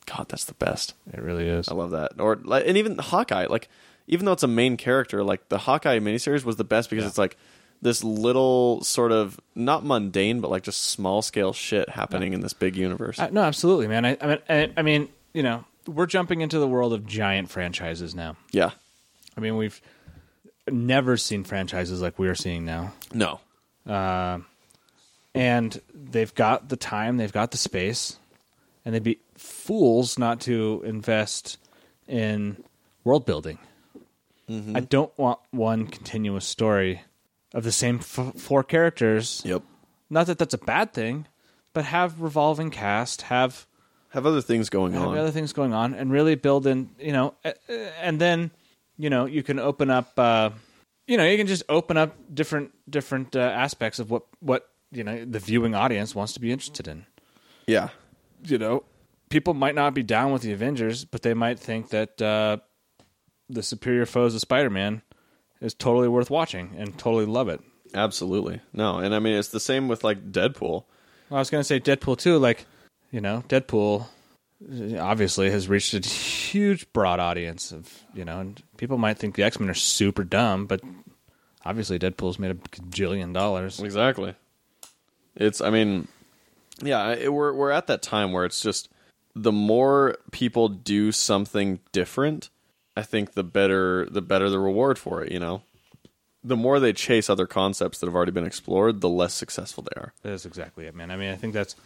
God, that's the best.
It really is.
I love that. Or like, and even Hawkeye, like even though it's a main character, like the Hawkeye miniseries was the best because it's like this little sort of not mundane but like just small scale shit happening in this big universe.
Uh, no, absolutely, man. I, I mean, I, I mean, you know, we're jumping into the world of giant franchises now.
yeah.
I mean, we've never seen franchises like we are seeing now,
No.
and they've got the time, they've got the space, and they'd be fools not to invest in world building. I don't want one continuous story of the same f- four characters.
Yep.
Not that that's a bad thing, but have revolving cast, have
Have other things going
have
on.
other things going on and really build in you know uh, uh, and then you know you can open up uh you know you can just open up different different uh, aspects of what what you know the viewing audience wants to be interested in
yeah.
you know people might not be down with the avengers but they might think that uh the superior foes of spider-man is totally worth watching and totally love it
Absolutely. No, and I mean it's the same with like Deadpool.
Well, I was going to say Deadpool too. Like, you know, Deadpool uh, obviously has reached a huge broad audience of you know, and people might think the X Men are super dumb, but obviously Deadpool's made a gajillion dollars.
Exactly. It's I mean yeah, it, we're we're at that time where it's just the more people do something different, I think the better the better the reward for it, you know. The more they chase other concepts that have already been explored, the less successful they are.
That's exactly it, man. I mean, I think that's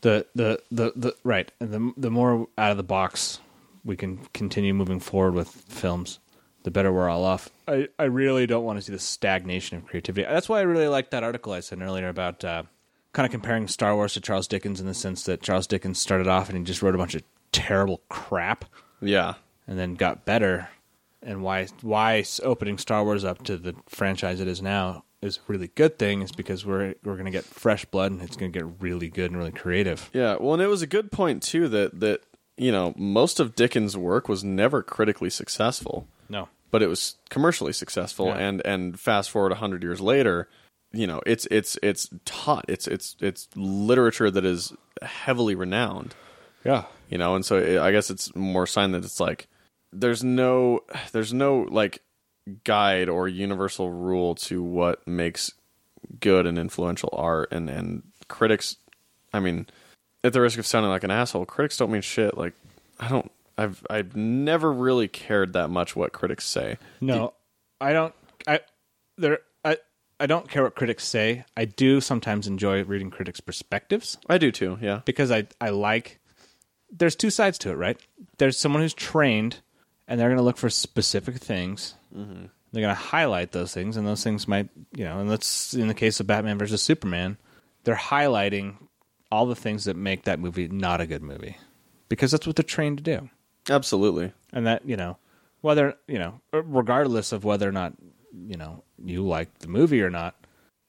the the the the right. And the the more out of the box we can continue moving forward with films, the better we're all off. I I really don't want to see the stagnation of creativity. That's why I really like that article I said earlier about uh, kind of comparing Star Wars to Charles Dickens in the sense that Charles Dickens started off and he just wrote a bunch of terrible crap
Yeah.
and then got better. And why why s- opening Star Wars up to the franchise it is now is a really good thing is because we're we're gonna get fresh blood and it's gonna get really good and really creative.
Yeah, well, and it was a good point too that that you know, most of Dickens' work was never critically successful.
No,
but it was commercially successful
Yeah.
and and fast forward 100 years later you know it's it's it's taught it's it's it's literature that is heavily renowned
yeah,
you know and so it, i guess it's more sign that it's like there's no there's no like guide or universal rule to what makes good and influential art and and critics i mean at the risk of sounding like an asshole critics don't mean shit like i don't i've i've never really cared that much what critics say
no, I don't. I there. I I don't care what critics say. I do sometimes enjoy reading critics' perspectives.
I do too. Yeah.
because I I like there's two sides to it, right? There's someone who's trained and they're going to look for specific things. They're going to highlight those things and those things might, you know, and that's in the case of Batman versus Superman, they're highlighting all the things that make that movie not a good movie because that's what they're trained to do.
Absolutely.
And that, you know, whether, you know, uh, regardless of whether or not, you know, you like the movie or not,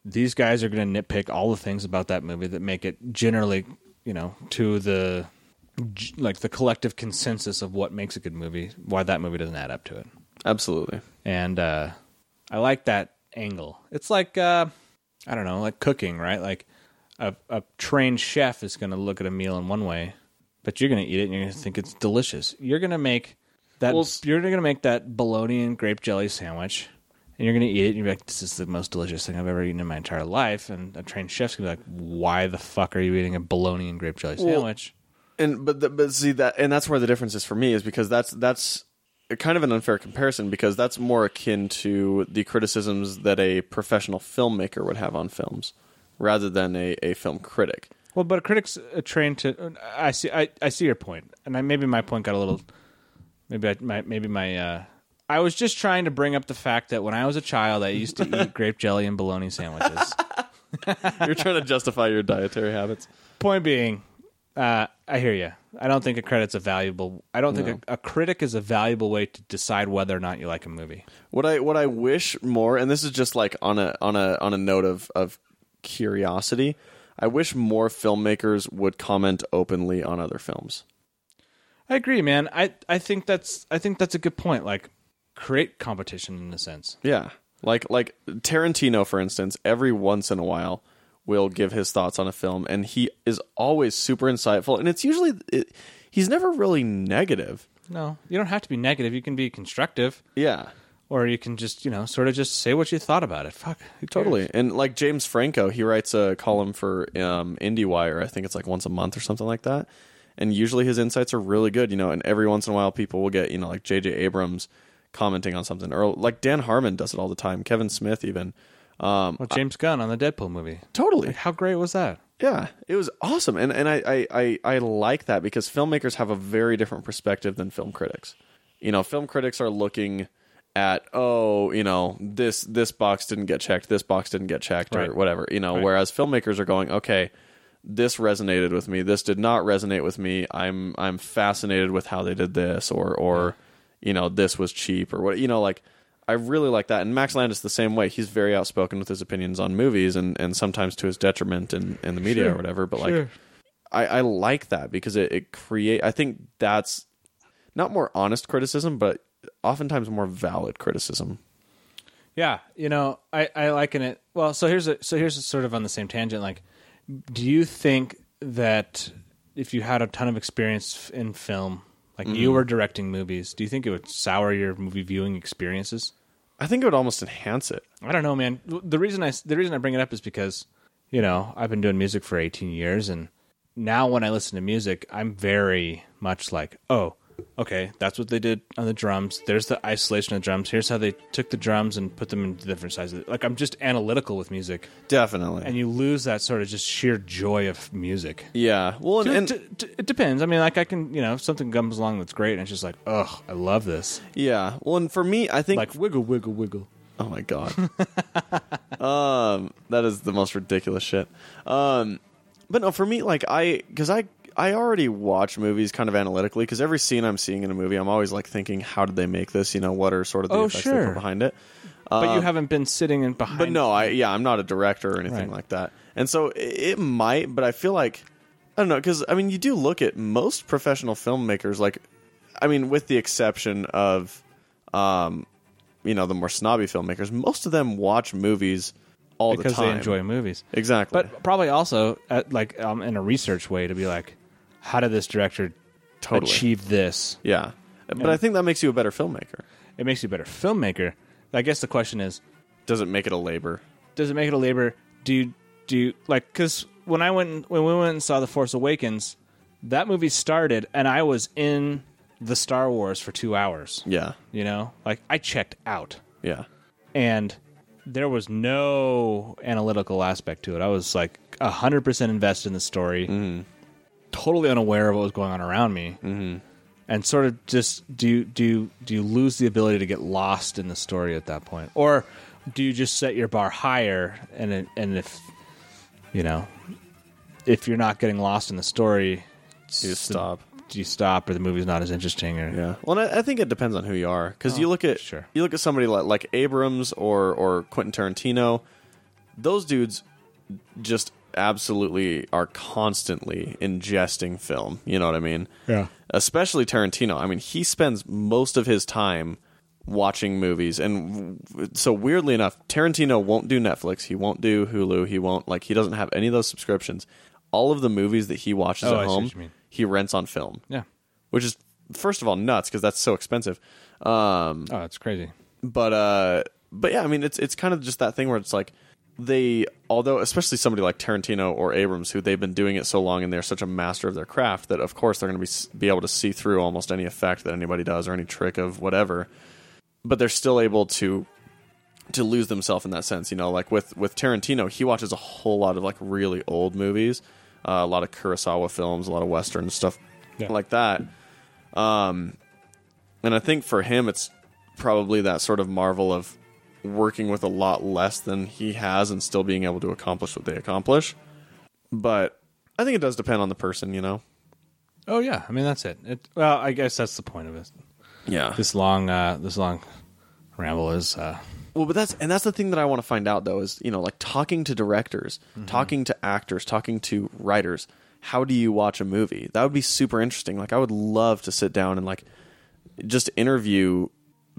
these guys are going to nitpick all the things about that movie that make it generally, you know, to the g- like the collective consensus of what makes a good movie, why that movie doesn't add up to it.
Absolutely.
And uh I like that angle. It's like uh, I don't know, like cooking, right? Like a, a trained chef is going to look at a meal in one way, but you're going to eat it and you're going to think it's delicious. You're going to make that.
Well, s-
you're going to make that bologna and grape jelly sandwich, and you're going to eat it and you're like, "This is the most delicious thing I've ever eaten in my entire life." And a trained chef's going to be like, "Why the fuck are you eating a bologna and grape jelly sandwich?"
and but the, but see that and that's where the difference is for me is because that's that's a kind of an unfair comparison because that's more akin to the criticisms that a professional filmmaker would have on films rather than a, a film critic.
Well, but critics are trained to. uh, I see. I, I see your point, and I maybe my point got a little. Maybe I my maybe my. Uh, I was just trying to bring up the fact that when I was a child, I used to eat grape jelly and bologna sandwiches.
You're trying to justify your dietary habits.
point being, uh, I hear you. I don't think a credit's a valuable. I don't think a, a critic is a valuable way to decide whether or not you like a movie.
What I what I wish more, and this is just like on a on a on a note of of curiosity, I wish more filmmakers would comment openly on other films.
I agree, man. I I think that's I think that's a good point. Like, create competition in a sense.
Yeah. Like like Tarantino for instance, every once in a while will give his thoughts on a film and he is always super insightful and it's usually it, he's never really negative.
No, you don't have to be negative. You can be constructive.
Yeah.
or you can just you know sort of just say what you thought about it. Fuck, who cares?
Totally. And like James Franco, he writes a column for um, IndieWire. I think it's like once a month or something like that. And usually his insights are really good, you know. And every once in a while, people will get, you know, like J.J. Abrams commenting on something, or like Dan Harmon does it all the time. Kevin Smith, even. Um,
Well, James Gunn on the Deadpool movie.
totally.
How great was that?
Yeah, it was awesome, and and I, I I I like that because filmmakers have a very different perspective than film critics. You know, film critics are looking at oh, you know, this this box didn't get checked, this box didn't get checked, or
Right.
whatever. You know, whereas filmmakers are going, okay, this resonated with me, this did not resonate with me. I'm I'm fascinated with how they did this, or or you know, this was cheap, or what you know, like. I really like that, and Max Landis the same way. He's very outspoken with his opinions on movies, and, and sometimes to his detriment in, in the media or whatever. But like, I, I like that because it, it create. I think that's not more honest criticism, but oftentimes more valid criticism.
Yeah, you know, I I liken it. Well, so here's a so here's a sort of on the same tangent. Like, do you think that if you had a ton of experience in film, like you were directing movies, do you think it would sour your movie viewing experiences?
I think it would almost enhance it.
I don't know, man. The reason I the reason I bring it up is because you know I've been doing music for 18 years, and now when I listen to music, I'm very much like, oh, okay, that's what they did on the drums. There's the isolation of drums. Here's how they took the drums and put them into different sizes. Like I'm just analytical with music,
Definitely.
and you lose that sort of just sheer joy of music.
yeah. Well, and, and
It d- d- it depends. I mean, like I can, you know, if something comes along that's great, and it's just like, oh, I love this.
yeah. Well, and for me, I think
Like wiggle, wiggle, wiggle.
Oh my god. um, that is the most ridiculous shit. Um, but no, for me, like I, because I, I already watch movies kind of analytically. Because every scene I'm seeing in a movie, I'm always like thinking, how did they make this? You know, what are sort of the
Oh,
effects they
sure.
put behind it?
But you haven't been sitting in behind.
Uh, But no, I yeah, I'm not a director or anything
Right.
like that. And so it, it might, but I feel like I don't know because I mean, you do look at most professional filmmakers, like I mean, with the exception of um, you know the more snobby filmmakers, most of them watch movies all
because
the time
they enjoy movies.
exactly.
but probably also uh like um, in a research way to be like, how did this director
Totally.
achieve this?
yeah, but I think that makes you a better filmmaker.
It makes you a better filmmaker. I guess the question is,
Does it make it a labor?
does it make it a labor? Do you, do you, like because when I went when we went and saw The Force Awakens, that movie started and I was in the Star Wars for two hours.
Yeah,
You know, like I checked out.
yeah,
and there was no analytical aspect to it. I was like 100% invested in the story,
Mm-hmm.
totally unaware of what was going on around me. Mm-hmm. And sort of just do you- do you- do you lose the ability to get lost in the story at that point? Or do you just set your bar higher and it- and if you know if you're not getting lost in the story,
you just stop.
do you stop or the movie's not as interesting or
Yeah. Well, and I, I think it depends on who you are because you look at
Oh, sure.
you look at somebody like, like Abrams or or Quentin Tarantino. Those dudes just absolutely are constantly ingesting film. You know what I mean?
Yeah.
Especially Tarantino. I mean, he spends most of his time watching movies. And w- so weirdly enough, Tarantino won't do Netflix. He won't do Hulu. He won't like he doesn't have any of those subscriptions. All of the movies that he watches
Oh, I
at
see
home,
what you mean.
he rents on film.
Yeah.
Which is first of all nuts because that's so expensive. Um
Oh, it's crazy.
but uh but yeah i mean it's it's kind of just that thing where it's like they although especially somebody like tarantino or abrams who they've been doing it so long and they're such a master of their craft that of course they're going to be be able to see through almost any effect that anybody does or any trick of whatever but they're still able to to lose themselves in that sense you know like with with tarantino he watches a whole lot of like really old movies uh, a lot of kurosawa films a lot of western stuff like that and I think for him, it's probably that sort of marvel of working with a lot less than he has and still being able to accomplish what they accomplish. But I think it does depend on the person, you know?
Oh yeah, I mean that's it. it well, I guess that's the point of it.
Yeah.
This long, uh, this long ramble is. Uh,
Well, but that's, and that's the thing that I want to find out though is, you know, like talking to directors, talking to actors, talking to writers. How do you watch a movie? That would be super interesting. Like, I would love to sit down and like just interview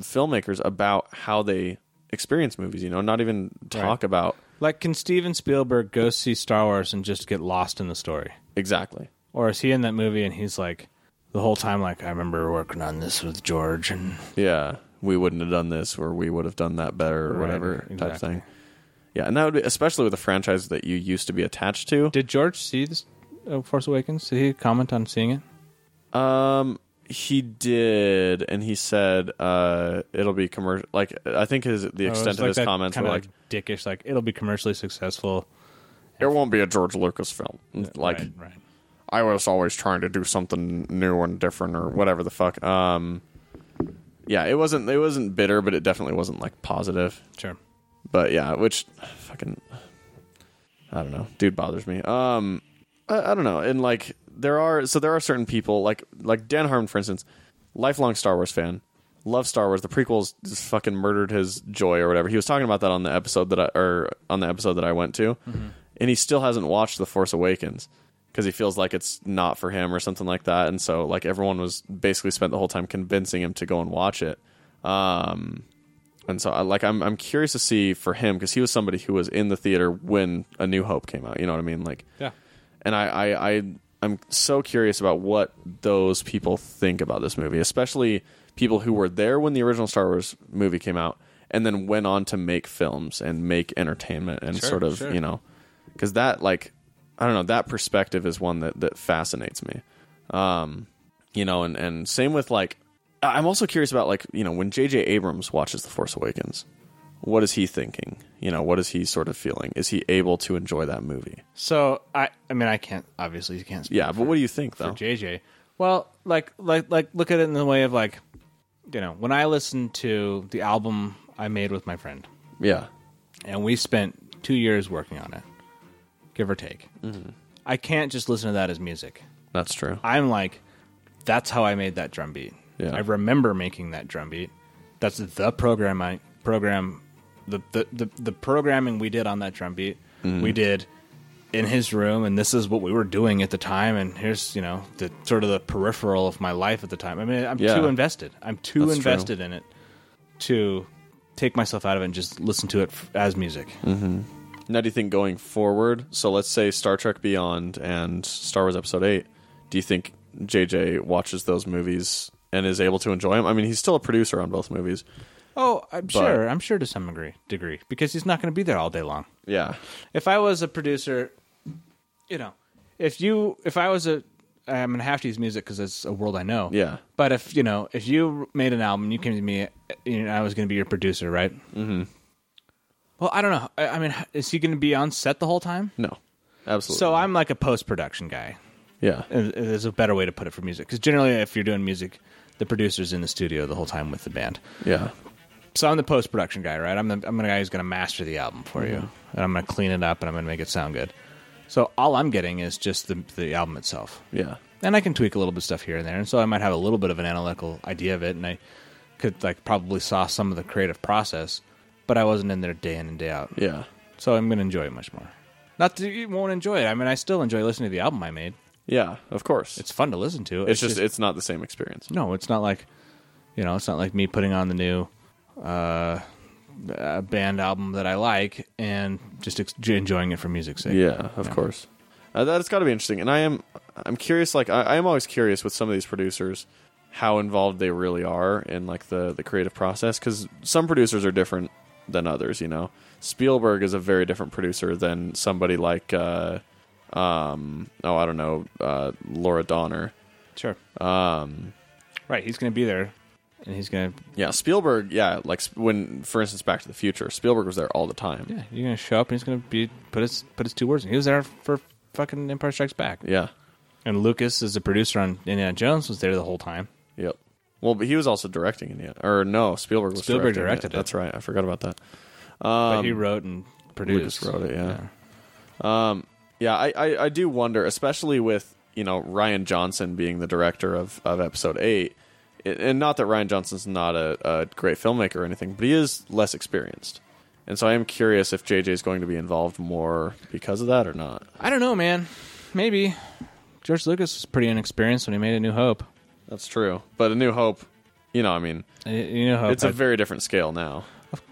filmmakers about how they experience movies, you know, not even talk about
like, can Steven Spielberg go see Star Wars and just get lost in the story?
Exactly.
Or is he in that movie and he's like the whole time like I remember working on this with George and
Yeah. We wouldn't have done this or we would have done that better or whatever type
exactly.
thing. Yeah, and that would be especially with a franchise that you used to be attached to.
did George see this uh, Force Awakens? Did he comment on seeing Oh, it?
Um he did and he said uh it'll be commercial like I think his the
Or Oh, was
extent
like
of his
that
comments were
kinda,
like
dickish like it'll be commercially successful.
it won't be a George Lucas film. like
right, right.
I was always trying to do something new and different or whatever the fuck. Um yeah, it wasn't it wasn't bitter, but it definitely wasn't like positive.
Sure.
but yeah, which fucking I don't know, dude bothers me. Um, I, I don't know, and like there are so there are certain people like like Dan Harmon, for instance, lifelong Star Wars fan, loves Star Wars. The prequels just fucking murdered his joy or whatever. He was talking about that on the episode that I or on the episode that I went to, and he still hasn't watched The Force Awakens. Because he feels like it's not for him or something like that, and so like everyone was basically spent the whole time convincing him to go and watch it. Um, and so I like I'm I'm curious to see for him because he was somebody who was in the theater when A New Hope came out. You know what I mean? Like,
Yeah.
and I I, I I'm so curious about what those people think about this movie, especially people who were there when the original Star Wars movie came out, and then went on to make films and make entertainment and sort of
sure.
you know because that like I don't know that perspective is one that that fascinates me. Um, you know, and and same with like I- I'm also curious about like you know when J.J. Abrams watches The Force Awakens, what is he thinking? You know, what is he sort of feeling? Is he able to enjoy that movie?
So I I mean I can't obviously you can't speak
Yeah, but what do you think though?
for JJ. Well, like like like look at it in the way of like you know, when I listened to the album I made with my friend
yeah,
and we spent 2 years working on it. Give or take. I can't just listen to that as music.
that's true.
I'm like, that's how I made that drum beat.
Yeah.
I remember making that drum beat. That's the program I program the the, the, the programming we did on that drum beat
Mm-hmm.
we did in his room and this is what we were doing at the time and here's you know the sort of the peripheral of my life at the time i mean i'm
Yeah.
too invested i'm too
That's true.
invested in it to take myself out of it and just listen to it f- as music
Mm. Now, do you think going forward? So let's say Star Trek Beyond and Star Wars Episode Eight. Do you think J.J. watches those movies and is able to enjoy them? I mean, he's still a producer on both movies.
oh i'm sure i'm sure to some degree degree because he's not going to be there all day long
Yeah,
if I was a producer, you know, if you, if I was a, I'm gonna have to use music because it's a world I know.
Yeah.
But if you know, if you made an album, you came to me, you know, I was gonna be your producer, right? Mm-hmm. Well, I don't know. I, I mean, is he gonna be on set the whole time?
no, absolutely.
So I'm like a post production guy.
yeah,
Is is a better way to put it for music because generally, if you're doing music, the producer's in the studio the whole time with the band
yeah.
so I'm the post production guy, right? I'm the I'm the guy who's going to master the album for you, and I'm going to clean it up and I'm going to make it sound good. So all I'm getting is just the the album itself,
Yeah.
and I can tweak a little bit of stuff here and there, and so I might have a little bit of an analytical idea of it, and I could like probably saw some of the creative process, but I wasn't in there day in and day out,
Yeah.
so I'm going to enjoy it much more. Not that you won't enjoy it. I mean, I still enjoy listening to the album I made.
Yeah, of course. It's,
It's fun to listen to.
just, it's not the same experience.
No, it's not like you know, it's not like me putting on the new uh, uh, band album that I like, and just ex- enjoying it for music's sake.
Yeah, of course. Uh, that's got to be interesting. And I am, I'm curious. Like I, I am always curious with some of these producers how involved they really are in like the the creative process because some producers are different than others. You know, Spielberg is a very different producer than somebody like, uh, um, oh, I don't know, uh, Laura Donner.
sure.
Um,
Right, he's going to be there, and he's going to
yeah, Spielberg. Yeah, like sp- when, for instance, Back to the Future, Spielberg was there all the time.
yeah, you're going to show up, and he's going to be put his put his two words. in. He was there for fucking Empire Strikes Back,
yeah.
and Lucas is a producer on Indiana Jones was there the whole time.
Yep. Well, but he was also directing it, yet. or no? Spielberg was
Spielberg
directing
directed it.
That's right. I forgot about that.
but he wrote and produced.
Um, Lucas wrote it. Yeah. Um. Yeah. I, I. I do wonder, especially with you know Ryan Johnson being the director of of episode eight, it, and not that Ryan Johnson's not a, a great filmmaker or anything, but he is less experienced, and so I am curious if JJ is going to be involved more because of that or not.
I don't know, man. Maybe George Lucas was pretty inexperienced when he made A New Hope.
That's true. But A New Hope, you know, I mean,
Uh, You know, Hope,
it's a
I-
very different scale now.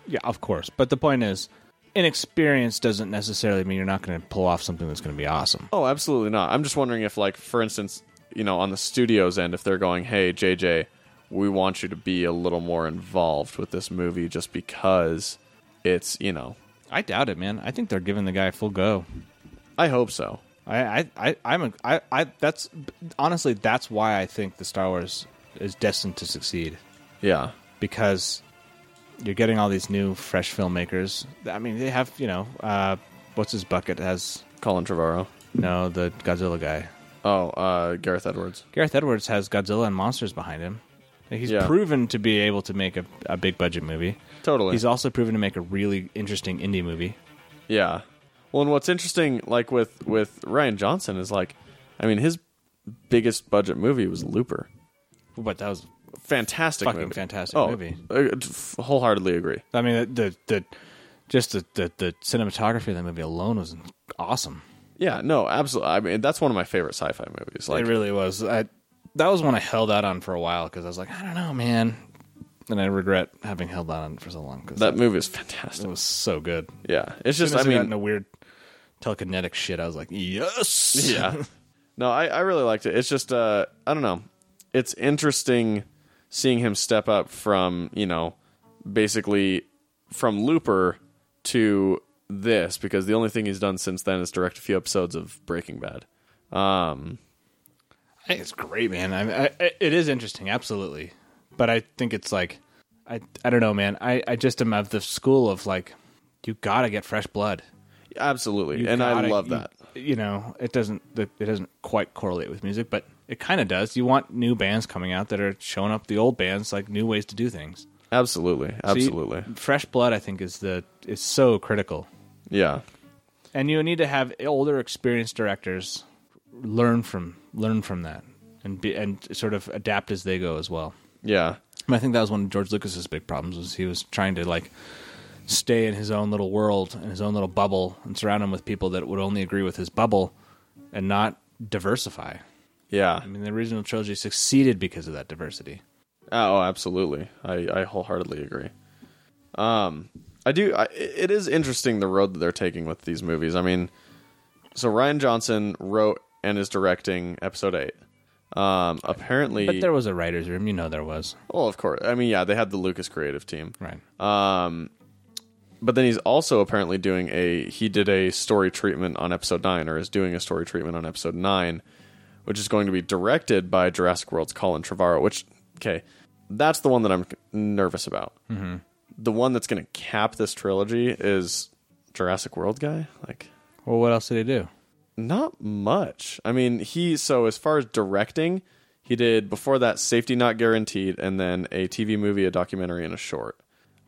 yeah, of course. But the point is, inexperience doesn't necessarily mean you're not going to pull off something that's going to be awesome.
Oh, absolutely not. I'm just wondering if, like, for instance, you know, on the studio's end, if they're going, "Hey, JJ, we want you to be a little more involved with this movie, just because it's, you know,
I doubt it, man. I think they're giving the guy full go.
I hope so."
I, I, I I'm a, I, I, that's honestly that's why I think the Star Wars is destined to succeed
Yeah,
because you're getting all these new fresh filmmakers. I mean, they have you know, uh, what's his bucket has
Colin Trevorrow.
no the Godzilla guy.
Oh, uh, Gareth Edwards.
Gareth Edwards has Godzilla and monsters behind him. He's
Yeah.
proven to be able to make a, a big budget movie.
Totally.
He's also proven to make a really interesting indie movie.
Yeah. Well, and what's interesting, like with with Ryan Johnson, is like, I mean, his biggest budget movie was Looper.
But that was,
Fantastic,
Fucking
movie.
fantastic
oh,
movie.
uh, f- wholeheartedly agree.
I mean, the the, the just the, the the cinematography of that movie alone was awesome.
Yeah, no, absolutely. I mean, that's one of my favorite sci-fi movies. Like,
it really was. I, that was one I held out on for a while because I was like, I don't know, man, and I regret having held out on it for so long because
that
that,
movie is
it
fantastic.
was so good.
Yeah, it's
As
just.
soon
I
as I got
mean,
into weird telekinetic shit, I was like, yes,
yeah. No, I, I really liked it. It's just, uh, I don't know. It's interesting seeing him step up from you know, basically from Looper to this because the only thing he's done since then is direct a few episodes of Breaking Bad. Um,
I think it's great, man. I, I, it is interesting, absolutely. But I think it's like, I, I don't know, man. I, I just am of the school of like, you gotta get fresh blood,
absolutely,
You
and I
gotta-
love
you-
that.
You know, it doesn't the- it doesn't quite correlate with music, but it kind of does. You want new bands coming out that are showing up the old bands, like new ways to do things.
Absolutely,
So you-
absolutely.
fresh blood, I think, is the is so critical,
yeah,
and you need to have older, experienced directors learn from learn from that and be and sort of adapt as they go as well.
yeah,
I think that was one of George Lucas's big problems was he was trying to like stay in his own little world and his own little bubble and surround him with people that would only agree with his bubble and not diversify.
yeah.
I mean, the original trilogy succeeded because of that diversity.
Oh, absolutely. I, I wholeheartedly agree. Um, I do. I, it is interesting the road that they're taking with these movies. I mean, so Ryan Johnson wrote and is directing episode eight. Um, apparently,
But there was a writer's room, you know there was.
well, of course. I mean, yeah, they had the Lucas creative team,
Right.
but then he's also apparently doing a he did a story treatment on episode 9 or is doing a story treatment on episode 9 which is going to be directed by Jurassic World's Colin Trevorrow which okay that's the one that I'm nervous about mm-hmm. the one that's going to cap this trilogy is Jurassic World guy like
Well, what else did he do?
not much I mean he so as far as directing he did before that Safety Not Guaranteed and then a TV movie a documentary and a short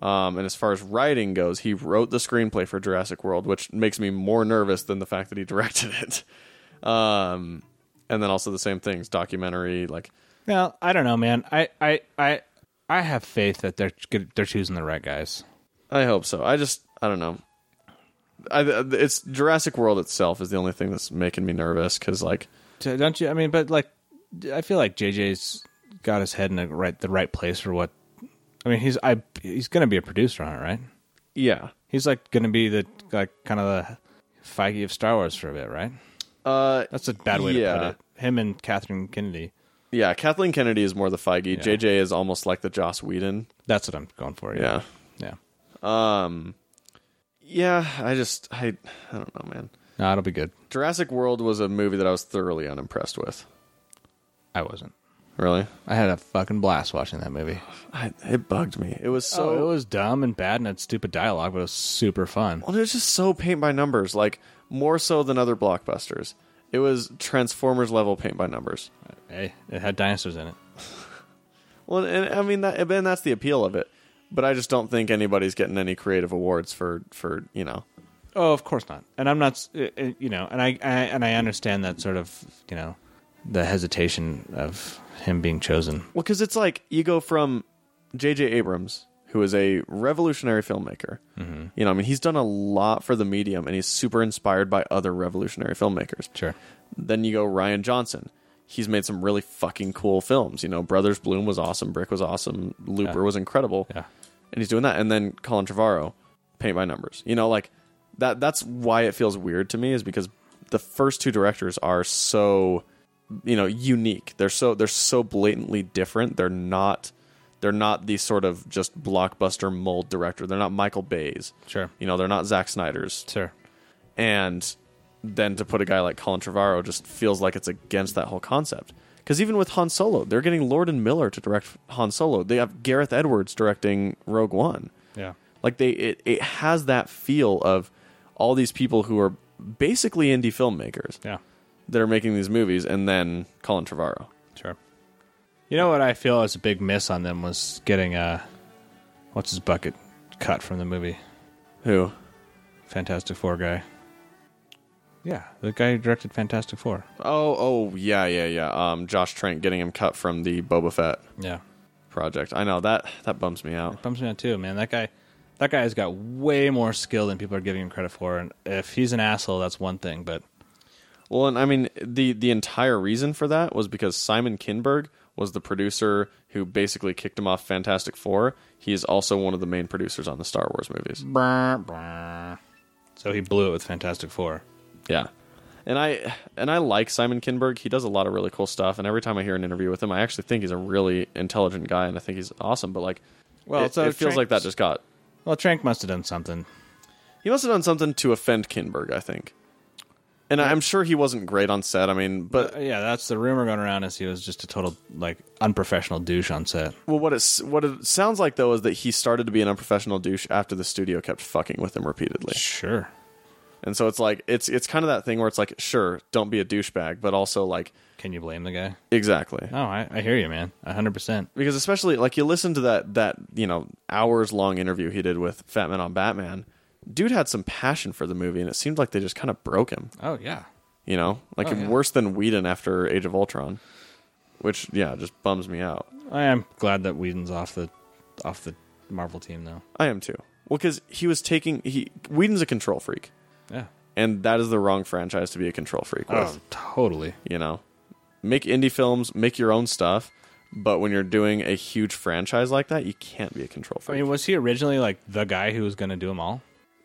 um, and as far as writing goes, he wrote the screenplay for Jurassic World, which makes me more nervous than the fact that he directed it. Um, and then also the same things, documentary, like
Well, I don't know, man. I I I I have faith that they're they're choosing the right guys.
I hope so. I just I don't know. I, it's Jurassic World itself is the only thing that's making me nervous because like
So don't you? I mean, but like, I feel like JJ's got his head in the right the right place for what I mean, he's I he's gonna be a producer on it, right?
Yeah.
He's like gonna be the like kind of the Feige of Star Wars for a bit, right?
Uh,
That's a bad way to
Yeah.
put it. Him and Catherine Kennedy.
yeah. Kathleen Kennedy is more the Feige. JJ is almost like the Joss Whedon.
That's what I'm going for.
Yeah.
yeah.
Um, yeah. I just I I don't know, man.
No, it'll be good.
Jurassic World was a movie that I was thoroughly unimpressed with.
I wasn't.
Really,
I had a fucking blast watching that movie.
I, it bugged me. Oh, It was so
it was dumb and bad and had stupid dialogue, but it was super fun.
Well, it was just so paint by numbers, like more so than other blockbusters. It was Transformers level paint by numbers.
Hey, it had dinosaurs in it.
Well, and I mean that, and that's the appeal of it. But I just don't think anybody's getting any creative awards for for you know.
Oh, of course not. And I'm not, s- uh, uh, you know, and I, I and I understand that sort of, you know, the hesitation of him being chosen.
Well, because it's like you go from J.J. Abrams, who is a revolutionary filmmaker. You know, I mean, he's done a lot for the medium, and he's super inspired by other revolutionary filmmakers.
Sure.
Then you go Ryan Johnson. He's made some really fucking cool films. You know, Brothers Bloom was awesome. Brick was awesome. Looper was incredible.
Yeah.
And he's doing that. And then Colin Trevorrow, paint by numbers. You know, like that. That's why it feels weird to me is because the first two directors are so, you know, unique. They're so they're so blatantly different. They're not. They're not the sort of just blockbuster mold director. They're not Michael Bay's.
Sure.
You know, they're not Zack Snyder's
Sure.
and then to put a guy like Colin Trevorrow just feels like it's against that whole concept. Because even with Han Solo, they're getting Lord and Miller to direct Han Solo. They have Gareth Edwards directing Rogue One.
Yeah.
Like they, it, it has that feel of all these people who are basically indie filmmakers
Yeah.
that are making these movies, and then Colin Trevorrow.
Sure. You know what I feel is a big miss on them was getting uh what's his bucket cut from the movie
Who?
Fantastic Four guy. Yeah, the guy who directed Fantastic Four.
Oh, oh, yeah, yeah, yeah. Um, Josh Trank getting him cut from the Boba Fett
Yeah.
project. I know that that bums me out.
Bums me out too, man. That guy, that guy has got way more skill than people are giving him credit for. And if he's an asshole, that's one thing. But
Well, and I mean the the entire reason for that was because Simon Kinberg was the producer who basically kicked him off Fantastic Four. He is also one of the main producers on the Star Wars movies.
so he blew it with Fantastic Four.
Yeah. And I and I like Simon Kinberg. He does a lot of really cool stuff. And every time I hear an interview with him, I actually think he's a really intelligent guy, and I think he's awesome. But like, well, it,
so
it feels like that just got.
Well, Trank must have done something.
He must have done something to offend Kinberg, I think. And I'm sure he wasn't great on set. I mean, but
Uh, yeah, that's the rumor going around is he was just a total like unprofessional douche on set.
Well, what it's what it sounds like though is that he started to be an unprofessional douche after the studio kept fucking with him repeatedly,
Sure.
and so it's like it's it's kind of that thing where it's like, sure, don't be a douchebag, but also like
Can you blame the guy?
exactly
No, I, I hear you, man. hundred percent.
because especially like you listen to that that you know hours long interview he did with Fat Man on Batman, dude had some passion for the movie, and it seemed like they just kind of broke him,
Oh yeah.
you know, like
Oh, yeah.
worse than Whedon after Age of Ultron, which yeah just bums me out.
I am glad that Whedon's off the off the Marvel team though.
I am too. Well, because he was taking he Whedon's a control freak.
Yeah.
and that is the wrong franchise to be a control freak with.
Oh, totally.
You know, make indie films, make your own stuff, but when you're doing a huge franchise like that, you can't be a control
I
freak.
mean, was he originally like the guy who was going to do them all?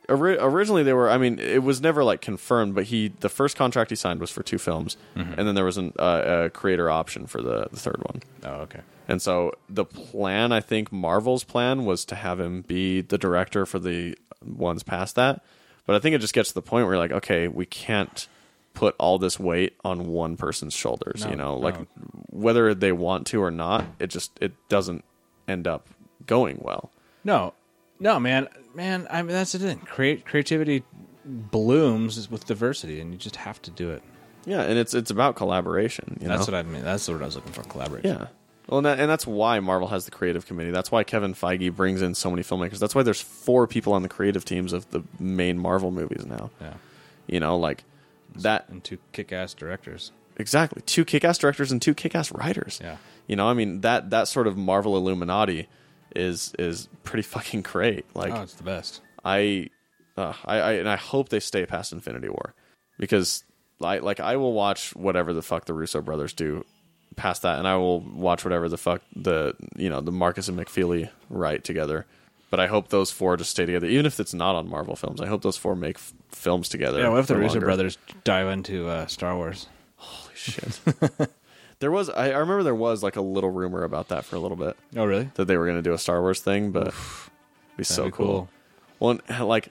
Ori- originally, they were. I mean, it was never like confirmed, but he the first contract he signed was for two films,
Mm-hmm.
and then there was an, uh, a creator option for the, the third one.
Oh, okay.
And so the plan, I think Marvel's plan was to have him be the director for the ones past that. But I think it just gets to the point where you're like, okay, we can't put all this weight on one person's shoulders, you know, like
no.
whether they want to or not, it just it doesn't end up going well.
No, no, man, man. I mean, that's the thing. Create creativity blooms with diversity, and you just have to do it.
Yeah, and it's it's about collaboration, you
That's
know.
what I mean. That's what I was looking for. Collaboration.
yeah. Well, and, that, and that's why Marvel has the creative committee. That's why Kevin Feige brings in so many filmmakers. That's why there's four people on the creative teams of the main Marvel movies now.
yeah.
you know like that
And two kick-ass directors.
exactly two kick-ass directors and two kick-ass writers
Yeah.
you know i mean that that sort of marvel illuminati is is pretty fucking great like
oh, it's the best.
i uh, I, I and i hope they stay past infinity war because i like i will watch whatever the fuck the russo brothers do past that, and I will watch whatever the fuck the you know the Marcus and McFeely write together. But I hope those four just stay together, even if it's not on Marvel films. I hope those four make f- films together.
Yeah, what if the
for
Russo
longer.
brothers dive into uh, Star Wars?
Holy shit. there was I, I remember there was like a little rumor about that for a little bit
Oh, really?
that they were going to do a Star Wars thing, but it'd be so
be
cool.
cool.
Well, and, like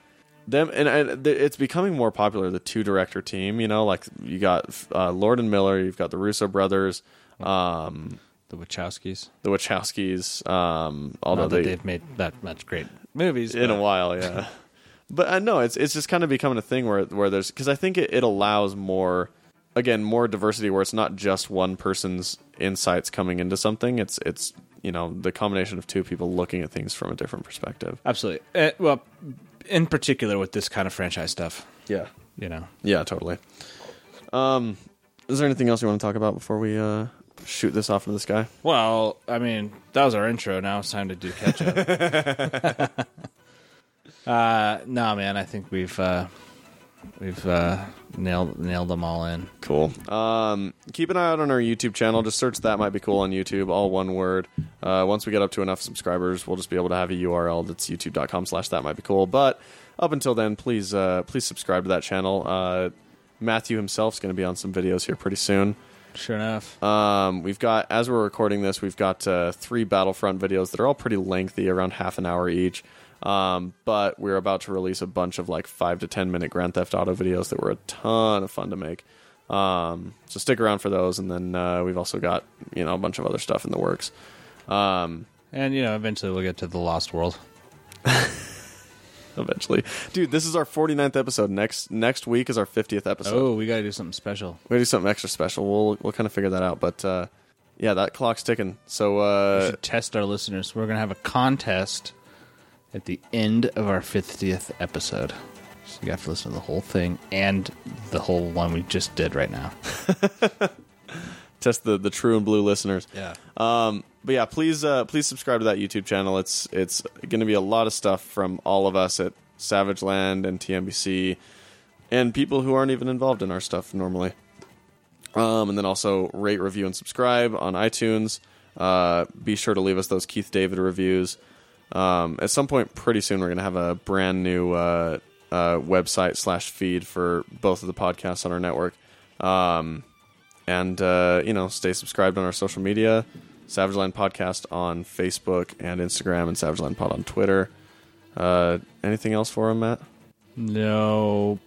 them, and, and th- it's becoming more popular. The two director team, you know, like you got uh, Lord and Miller, you've got the Russo brothers, um,
The Wachowskis.
the Wachowskis. Um, although
Not that
they,
they've made that much great movies.
in
but-
a while, yeah. but I know it's it's just kind of becoming a thing where where there's because I think it, it allows more again more diversity where it's not just one person's insights coming into something. It's it's you know the combination of two people looking at things from a different perspective.
Absolutely. Uh, well, in particular with this kind of franchise stuff,
Yeah,
you know.
yeah, totally. Um, is there anything else you want to talk about before we uh shoot this off into the sky?
Well, I mean, that was our intro. Now it's time to do catch up. uh, no, man, I think we've uh, we've uh, nailed nailed them all in.
Cool. Um, keep an eye out on our YouTube channel. Just search that might be cool on YouTube, all one word. Uh, once we get up to enough subscribers, we'll just be able to have a URL that's youtube.com slash that might be cool. But up until then, please uh, please subscribe to that channel. Uh, Matthew himself's going to be on some videos here pretty soon.
Sure enough.
Um, we've got, as we're recording this, we've got uh, three Battlefront videos that are all pretty lengthy, around half an hour each. Um, but we're about to release a bunch of like five to ten minute Grand Theft Auto videos that were a ton of fun to make. Um, so stick around for those, and then uh, we've also got you know a bunch of other stuff in the works. Um,
And you know, eventually we'll get to the Lost World.
eventually, dude, this is our 49th episode. Next next week is our 50th episode.
Oh, we got to do something special.
We do something extra special. We'll we'll kind of figure that out. But uh, yeah, that clock's ticking. So
We
uh,
should test our listeners. We're gonna have a contest at the end of our fiftieth episode. So you have to listen to the whole thing and the whole one we just did right now.
test the the true and blue listeners.
Yeah.
Um, but yeah, please uh, please subscribe to that YouTube channel. It's it's going to be a lot of stuff from all of us at Savage Land and TMBC, and people who aren't even involved in our stuff normally. Um, and then also rate, review, and subscribe on iTunes. Uh, be sure to leave us those Keith David reviews. Um, at some point, pretty soon, we're going to have a brand new uh, uh, website slash feed for both of the podcasts on our network. Um, and uh, you know stay subscribed on our social media savage line podcast on facebook and instagram and savage line pod on twitter uh, anything else for him matt
Nope.